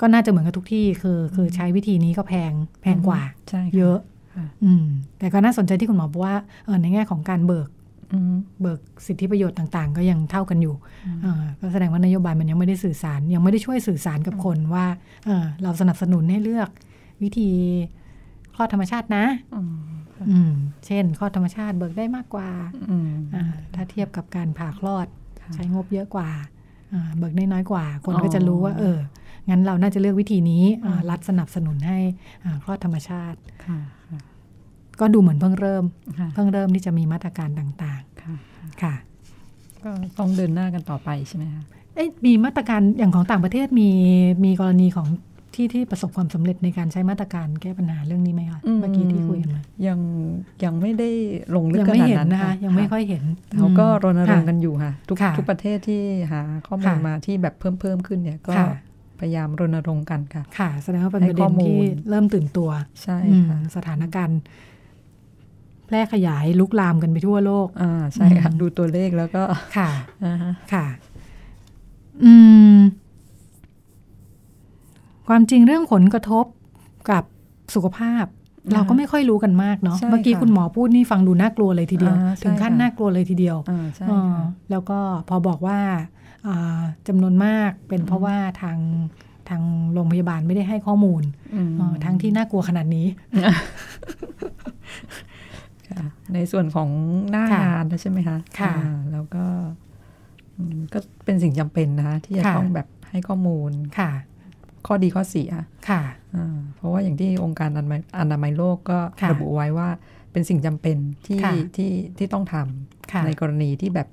ก็น่าจะเหมือนกับทุกที่คือคือใช้วิธีนี้ก็แพงแพงกว่า ใช่ค่ เยอะ ค่ะ อืม แต่ก็น่าสนใจที่คุณหมอบอกว่าเออในแง่ของการเบิก อืม เบิกสิทธิประโยชน์ต่างๆ ก็ยังเท่ากันอยู่ อืม เอ่อก็แสดงว่านโยบายมันยังไม่ได้สื่อสาร ยังไม่ได้ช่วยสื่อสารกับคนว่าเอ่อเราสนับสนุนให้เลือกวิธีคลอดธรรมชาตินะ อืม อืมเช่นคลอดธรรมชาติเบิกได้มากกว่า อืม อ่า ถ้าเทียบกับการผ่าคลอด ค่ะ ใช้งบเยอะกว่าอ่า เบิกได้น้อยกว่า คน อ๋อ ก็จะรู้ว่า เออ งั้นเราน่าจะเลือกวิธีนี้อ่า อืม รัฐสนับสนุนให้อ่าคลอดธรรมชาติ ค่ะค่ะ ก็ดูเหมือนเพิ่งเริ่ม ค่ะ เพิ่งเริ่มที่จะมีมาตรการต่าง ค่ะ ๆ ค่ะ ก็ต้องเดินหน้ากันต่อไปใช่ไหมคะ เอ๊ะมีมาตรการอย่างของต่างประเทศมีมีกรณีของที่ที่ประสบความสำเร็จในการใช้มาตรการแก้ปัญหาเรื่องนี้ไหมคะ อืม เมื่อกี้ที่คุยกันมา ยังยังไม่ได้ลงลึก ยัง ข ไม่ นาด เห็น นั้น นะคะ ยังไม่ค่อยเห็น เขาก็รณรงค์กัน ค่ะ อยู่ค่ะ ทุก ค่ะ ทุกประเทศที่หาข้อมูล ค่ะ มาที่แบบเพิ่มเพิ่มขึ้นเนี่ยก็ ค่ะ พยายามรณรงค์กันค่ะ ค่ะ แสดงว่าเป็น ให้ ประเด็ ข้อน มูล ที่เริ่มตื่นตัว ใช่ อืม ค่ะ สถานการณ์ แพร่ขยายลุกลามกันไปทั่วโลก อ่าใช่ค่ะ อืม ดูตัวเลขแล้วก็ ค่ะ อ่าฮะ ค่ะ อืม ความจริงเรื่องผลกระทบกับสุขภาพ อ่า เราก็ไม่ค่อยรู้กันมากเนาะ ใช่ เมื่อกี้ ค่ะ คุณหมอพูดนี่ฟังดูน่ากลัวเลยทีเดียว อ่าใช่ ถึงขั้น ค่ะ น่ากลัวเลยทีเดียว อ่าใช่ อ๋อ ค่ะ แล้วก็พอบอกว่าอ่าจำนวนมากเป็นเพราะว่าทางทางโรงพยาบาลไม่ได้ให้ข้อมูล ม อ๋อทั้งที่น่ากลัวขนาดนี้ ค่ะในส่วนของหน้า ค่ะ งานนะใช่ไหมคะ ค่ะ อ่าแล้วก็อืมก็เป็นสิ่งจำเป็นนะคะที่จะ ค่ะ ต้องแบบให้ข้อมูล ค่ะ ข้อดีข้อเสีย ค่ะ อ่าเพราะว่าอย่างที่องค์การอนามัยอนามัยโลกก็ ค่ะ ระบุไว้ว่าเป็นสิ่งจำเป็นที่ ค่ะ ที่ที่ต้องทำ ค่ะ ในกรณีที่แบบ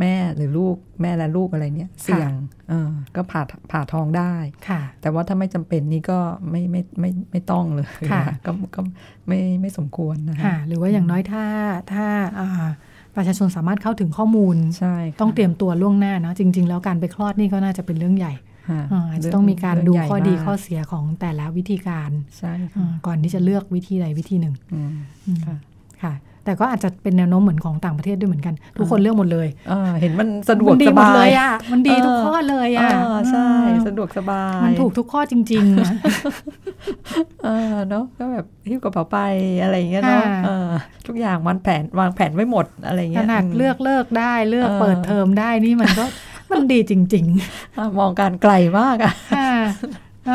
แม่หรือลูกแม่และลูกอะไรเนี่ยเสี่ยงเออก็ผ่าผ่าท้องได้ ค่ะ แต่ว่าถ้าไม่จำเป็นนี่ก็ไม่ไม่ไม่ไม่ต้องเลย ค่ะ ก็ก็ไม่ไม่สมควรนะคะ ค่ะหรือว่าอย่างน้อยถ้าถ้าอ่าประชาชนสามารถเข้าถึงข้อมูล ใช่ ต้องเตรียมตัวล่วงหน้าเนาะจริง ๆ แล้วการไปคลอดนี่ก็น่าจะเป็นเรื่องใหญ่ ค่ะ อ่าอาจจะต้องมีการดู เงใหญ่ ข้อดี มาก ข้อเสียของแต่ละวิธีการ ใช่ค่ะ อ่าก่อนที่จะเลือกวิธีใดวิธีหนึ่ง อืม อืม ค่ะ ค่ะ แต่ก็อาจจะเป็นแนวโน้มเหมือนของต่างประเทศด้วยเหมือนกัน ทุกคนเลือกหมดเลย เออเห็นมันสะดวก มันดี ส หมด บา เลย ยอ่ะมันดีทุกข้อเลยอ่ะ เออใช่ อืม สะดวกสบาย มันถูกทุกข้อจริง ๆนะ เออเนาะก็แบบหิ้วกระเป๋าไปอะไรอย่างเงี้ยเนาะ ค่ะ เออทุกอย่างวางแผนวางแผนไว้หมดอะไร ข เงี้ย นาด ม เลือกเลิกได้เลือก เออ เปิดเทอมได้นี่มันก็มันดีจริง ๆ อ่ะมองการไกลมากอ่ะ ค่ะน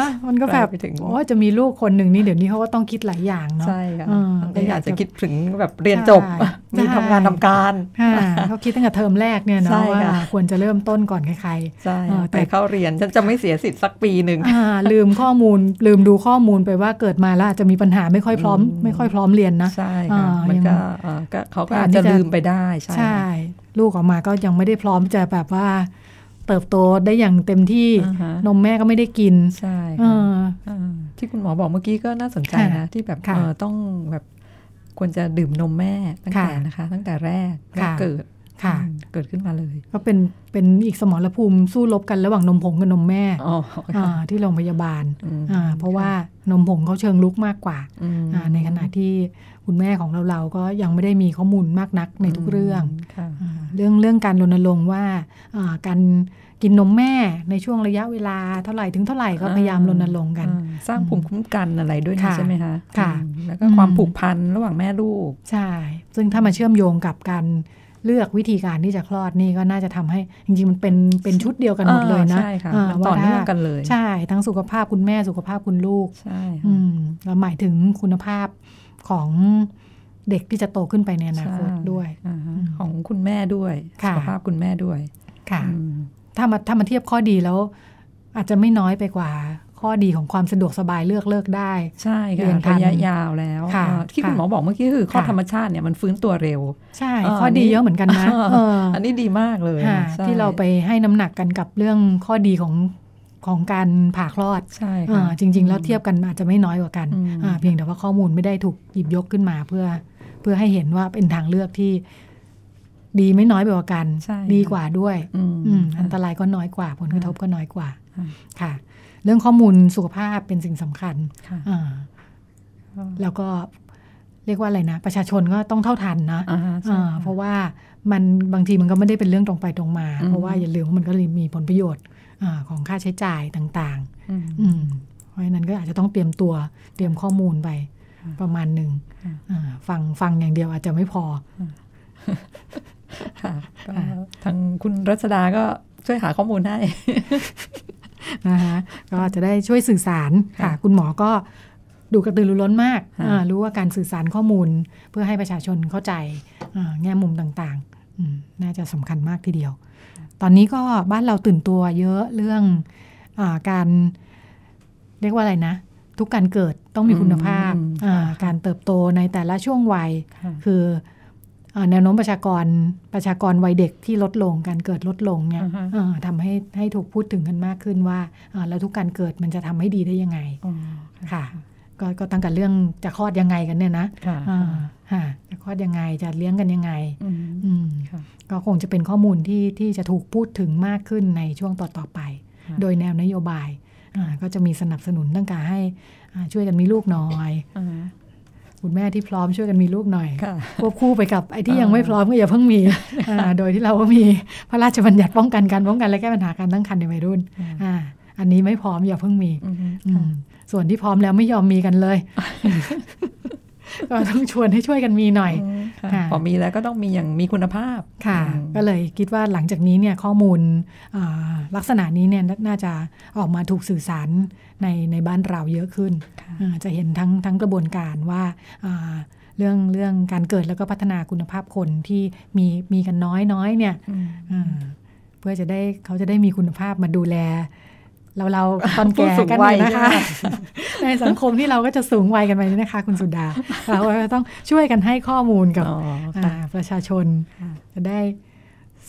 ะมันก็แบบ ไปถึง โอ้จะมีลูกคนหนึ่งนี่เดี๋ยวนี้เขาก็ต้องคิดหลายอย่างเนาะ ใช่ค่ะ เออ ก็อยากจะคิดถึงแบบเรียนจบ ใช่ มีทำงาน ใช่ ทำการ ค่ะเขาคิดตั้งแต่เทอมแรกเนี่ย ใช่ เนาะว่า ค่ะ ควรจะเริ่มต้นก่อนใคร ใช่ เออ ค่ะ แต่ ไปเข้าเรียนฉันจะไม่เสียสิทธิ์สักปีหนึ่ง ๆอ่าลืมข้อมูลลืมดูข้อมูลไปว่าเกิดมาแล้วอาจจะมีปัญหาไม่ค่อยพร้อม อืม ไม่ค่อยพร้อมเรียนนะ ใช่ค่ะ อ่ามั มันยัก็ง เอ่อก็เขาก็ แทน อาจ ที่ จะ จะ ลืมไปได้ใช่ค่ะ ลูกออกมาก็ยังไม่ได้พร้อมจะแบบว่า เติบโตได้อย่างเต็มที่ อ่าฮะ นมแม่ก็ไม่ได้กิน ใช่ เอ ค่ะ อ อ่าที่คุณหมอบอกเมื่อกี้ก็น่าสนใจ ค่ะ นะ ที่แบบ ค่ะ เอ่อต้องแบบควรจะดื่มนมแม่ตั้ง ค่ะ แต่นะคะ ตั้งแต่แรกแรก ค่ะ เกิด ค่ะ อืมเกิดขึ้นมาเลย ก็เป็นเป็นอีกสมรภูมิสู้รบกันระหว่างนมผงกับนมแม่ อ๋อค่ะ าที่โรงพยาบาล อืม อ่าเพราะว่านมผงเขาเชิงลุกมากกว่า อืม อ่า ในขณะที่คุณแม่ของเราเราก็ยังไม่ได้มีข้อมูลมากนักในทุกเรื่อง ค่ะ อ่าเรื่องเรื่องการรณรงค์ว่าอ่าการกินนมแม่ในช่วงระยะเวลาเท่าไหร่ถึงเท่าไหร่ก็พยายามรณรงค์กัน อ่าสร้างภูมิคุ้มกันอะไรด้วยนะ ค่ะ ใช่ไหมคะ ค่ะ อืมแล้วก็ความ อืม ผูกพันระหว่างแม่ลูก ใช่ ซึ่งถ้ามาเชื่อมโยงกับการเลือกวิธีการที่จะคลอดนี่ก็น่าจะทำให้จริงๆมันเป็นเป็นชุดเดียวกันหมดเลยนะ อ่าใช่ค่ะ า มันต่อเนื่องกันเลย ใช่ทั้งสุขภาพคุณแม่สุขภาพคุณลูก ใช่ อื ค่ะ มแล้วหมายถึงคุณภาพของเด็กที่จะโตขึ้นไปในอนาคต ใช่ ด้วย อ่าฮะ อืม ของคุณแม่ด้วย ค่ะ สุขภาพคุณแม่ด้วย ค่ะ อืม ถ้ามาถ้ามาเทียบข้อดีแล้ว อาจจะไม่น้อยไปกว่า ข้อดีของความสะดวกสบายเลือกเลิกได้ ใช่ค่ะ เรียนทัน ระยะยาวแล้ว ค่ะ เอ่อที่คุณ ค่ะ หมอบอกเมื่อกี้คือข้อ ค่ะ ธรรมชาติเนี่ยมันฟื้นตัวเร็ว ใช่ เออ ข้อดีเยอะเหมือนกันนะ เออ เออ อันนี้ดีมากเลย ค่ะ ใช่ ที่เราไปให้น้ำหนักกันกับเรื่องข้อดีของของการผ่าคลอด ใช่ เอ ค่ะ อจริง ๆ แล้วเทียบกันอาจจะไม่น้อยกว่ากัน อืม อ่าเพียงแต่ว่าข้อมูลไม่ได้ถูกหยิบยกขึ้นมาเพื่อ เพื่อให้เห็นว่าเป็นทางเลือกที่ดีไม่น้อยไปกว่ากัน ใช่ ดีกว่าด้วย อืม อืมอันต ค่ะ รายก็น้อยกว่าผลกระทบก็น้อยกว่า อ่า ค่ะ เรื่องข้อมูลสุขภาพเป็นสิ่งสำคัญ ค่ะ อ่าแล้วก็เรียกว่าอะไรนะ ประชาชนก็ต้องเท่าทันนะ อ่าฮะใช่ อ่า ค่ะ เพราะว่ามันบางทีมันก็ไม่ได้เป็นเรื่องตรงไปตรงมา อืม เพราะว่าอย่าลืมว่ามันก็มีผลประโยชน์อ่าของค่าใช้จ่ายต่าง อืม ๆ อืมเพราะฉะนั้นก็อาจจะต้องเตรียมตัวเตรียมข้อมูลไป ค่ะ ประมาณหนึ่ง ค่ะ อ่าฟังฟังอย่างเดียวอาจจะไม่พอ ค่ะก็ ค่ะ ทางคุณรัชดาก็ช่วยหาข้อมูลให้ นะคะก็จะได้ช่วยสื่อสารค่ะ ค่ะ คุณหมอก็ ดูกระตือรือร้นมาก ค่ะ อ่ารู้ว่าการสื่อสารข้อมูลเพื่อให้ประชาชนเข้าใจอ่าแง่มุมต่างๆอืมน่าจะสำคัญมากทีเดียว ตอนนี้ก็บ้านเราตื่นตัวเยอะเรื่องอาการเรียกว่าอะไรนะ ทุกการเกิดต้องมีคุณภาพ อืม อ่าการเติบโตในแต่ละช่วงวัย ค่ะ คือเอ่อแนวโน้มประชากรประชากรวัยเด็กที่ลดลงการเกิดลดลงเนี่ย อ่าฮะ เอ่อทำให้ให้ถูกพูดถึงกันมากขึ้นว่าเอ่อแล้วทุกการเกิดมันจะทำให้ดีได้ยังไง อ๋อ ค่ะก็ก็ตั้งแต่เรื่องจะคลอดยังไงกันเนี่ยนะ ค่ะ อ่าฮะจะคลอดยังไงจะเลี้ยงกันยังไง อืม อืม ค่ะ ก็คงจะเป็นข้อมูลที่ที่จะถูกพูดถึงมากขึ้นในช่วงต่อๆไป ค่ะ โดยแนวนโยบายอ่าก็จะมีสนับสนุนตั้งแต่ให้อ่าช่วยกันมีลูกหน่อย อ่า คุณแม่ที่พร้อมช่วยกันมีลูกหน่อย ค่ะ ควบคู่ไปกับไอ้ที่ อ่ายั ยังไม่พร้อมก็อย่าเพิ่งมีอ่าโดยที่เราก็มีพระราชบัญญัติป้องกันการป้องกันและแก้ปัญหาการตั้งครรภ์ในวัยรุ่นอ่าอันนี้ไม่พร้อมอย่าเพิ่งมี อืม อื ค่ะ มส่วนที่พร้อมแล้วไม่ยอมมีกัน เลย ก็ต้องชวนให้ช่วยกันมีหน่อย อืมค่ะ ค่ะ พอมีแล้วก็ต้องมีอย่างมีคุณภาพ ค่ะ อืม ก็เลยคิดว่าหลังจากนี้เนี่ยข้อมูลอ่าลักษณะนี้เนี่ยน่าน่าจะออกมาถูกสื่อสารในในบ้านเราเยอะขึ้น ค่ะ อ่าจะเห็นทั้งทั้งกระบวนการว่าอ่าเรื่องเรื่องการเกิดแล้วก็พัฒนาคุณภาพคนที่มีมีกันน้อยน้อยเนี่ย อืม อ่าเพื่อจะได้เขาจะได้มีคุณภาพมาดูแล เราเราตอน ผู้ แก่ สูง กัน วัย เนี่ยนะคะ ใช่ไห ในสังคมที่เราก็จะสูงวัยกันไปนี่นะคะ คุณสุดา เราก็ต้องช่วยกันให้ข้อมูลกับ อ๋อค่ะ อ่าประชาชน ค่ะ จะได้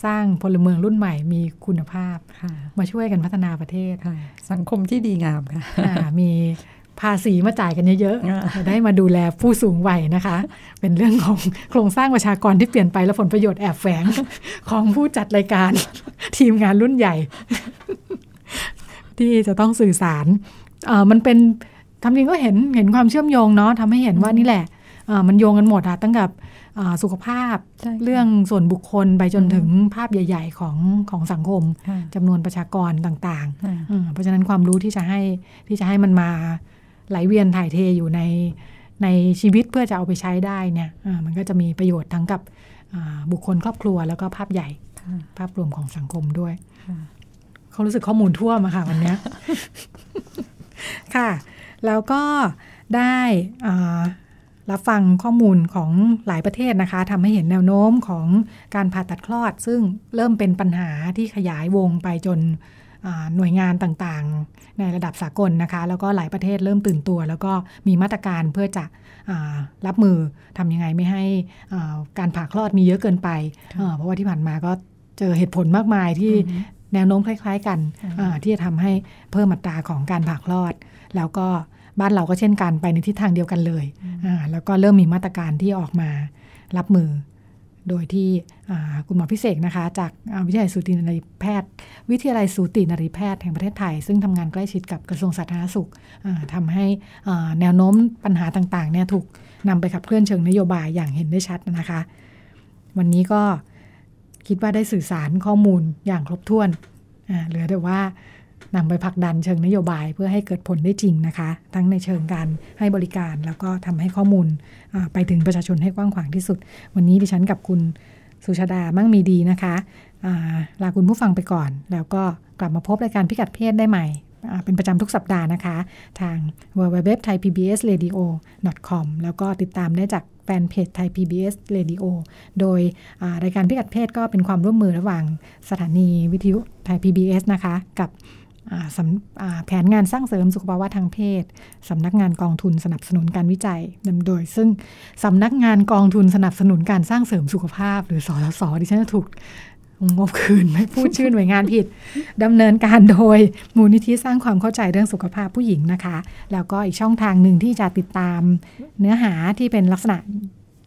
สร้างพลเมืองรุ่นใหม่มีคุณภาพ ค่ะ มาช่วยกันพัฒนาประเทศ ค่ะ สังคมที่ดีงามค่ะ อ่ามีภาษีมาจ่ายกันเยอะ อ่า ๆจะได้มาดูแลผู้สูงวัยนะคะ เป็นเรื่องของโครงสร้างประชากรที่เปลี่ยนไปและผลประโยชน์แอบแฝง ของผู้จัดรายการ ทีมงานรุ่นใหญ่ ที่จะต้องสื่อสารเอ่อมันเป็นทำจริงก็เห็นเห็นความเชื่อมโยงเนาะทำให้เห็นว่านี่แหละเอ่อมันโยงกันหมดอะตั้งแต่เอ่อสุขภาพ ใช่ค่ะ เรื่องส่วนบุคคลไปจน อืม ถึงภาพใหญ่ ๆ ของของสังคม ค่ะ จำนวนประชากรต่างๆ ค่ะ อืมเพราะฉะนั้นความรู้ที่จะให้ที่จะให้มันมาไหลเวียนถ่ายเทอยู่ในในชีวิตเพื่อจะเอาไปใช้ได้เนี่ยอ่ามันก็จะมีประโยชน์ทั้งกับอ่าบุคคลครอบครัวแล้วก็ภาพใหญ่ ค่ะ ภาพรวมของสังคมด้วย ค่ะ เขารู้สึกข้อมูลทั่วมาค่ะวันเนี้ย ค่ะ แล้วก็ได้อ่ารับฟังข้อมูลของหลายประเทศนะคะทำให้เห็นแนวโน้มของการผ่าตัดคลอด ซึ่งเริ่มเป็นปัญหาที่ขยายวงไปจน อ่าหน่วยงานต่างๆ ในระดับสากลนะคะ แล้วก็หลายประเทศเริ่มตื่นตัว แล้วก็มีมาตรการเพื่อจะอ่ารับมือทำยังไงไม่ให้อ่าการผ่าคลอดมีเยอะเกินไป ค่ะ เอ่อเพราะว่าที่ผ่านมาก็เจอเหตุผลมากมายที่แนวโน้มคล้าย ๆ กันอ่าที่จะทำให้เพิ่มอัตราของการผ่าคลอด แล้วก็บ้านเราก็เช่นกันไปในทิศทางเดียวกันเลยอ่าแล้วก็เริ่มมีมาตรการที่ออกมารับมือ โดยที่อ่าคุณหมอพิเศษนะคะ จากอ่าวิทยาลัยสูตินรีแพทย์ วิทยาลัยสูตินรีแพทย์แห่งประเทศไทย ซึ่งทำงานใกล้ชิดกับกระทรวงสาธารณสุขอ่าทำให้อ่าแนวโน้มปัญหาต่างๆเนี่ยถูกนำไปขับเคลื่อนเชิงนโยบายอย่างเห็นได้ชัดนะคะ วันนี้ก็คิดว่าได้สื่อสารข้อมูลอย่างครบถ้วนอ่าเหลือแต่ว่านำไปผลักดันเชิงนโยบายเพื่อให้เกิดผลได้จริงนะคะ ทั้งในเชิงการให้บริการแล้วก็ทำให้ข้อมูลอ่าไปถึงประชาชนให้กว้างขวางที่สุด วันนี้ดิฉันกับคุณสุชาดามั่งมีดีนะคะอ่าลาคุณผู้ฟังไปก่อน แล้วก็กลับมาพบรายการพิกัดเพศได้ใหม่อ่าเป็นประจำทุกสัปดาห์นะคะ ทาง www.thaipbsradio.com แล้วก็ติดตามได้จากแฟนเพจ Thai PBS Radio โดยอ่ารายการพิกัดเพศก็เป็นความร่วมมือระหว่างสถานีวิทยุไทย PBS นะคะ กับอ่าสำอ่าแผนงานสร้างเสริมสุขภาวะทางเพศสำนักงานกองทุนสนับสนุนการวิจัยนำโดย ซึ่ง สำนักงานกองทุนสนับสนุนการสร้างเสริมสุขภาพ หรือสสสดิฉันจะถูกงบคืน ไม่พูดชื่อหน่วยงานผิด ดำเนินการโดยมูลนิธิสร้างความเข้าใจเรื่องสุขภาพผู้หญิงนะคะ แล้วก็อีกช่องทางหนึ่งที่จะติดตามเนื้อหาที่เป็นลักษณะ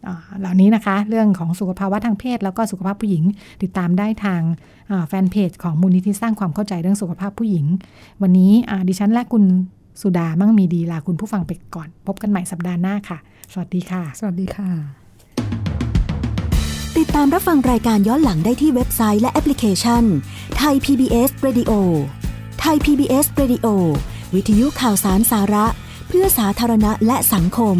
เอ่อเหล่านี้นะคะ เรื่องของสุขภาวะทางเพศ แล้วก็สุขภาพผู้หญิง ติดตามได้ทางเอ่อแฟนเพจของมูลนิธิสร้างความเข้าใจเรื่องสุขภาพผู้หญิง วันนี้อ่าดิฉันและคุณสุดามั่งมีดีลาคุณผู้ฟังไปก่อน พบกันใหม่สัปดาห์หน้าค่ะ สวัสดีค่ะ สวัสดีค่ะ ติดตามรับฟังรายการย้อนหลังได้ที่เว็บไซต์และแอปพลิเคชันไทย PBS Radio ไทย PBS Radio วิทยุข่าวสารสาระ เพื่อสาธารณะและสังคม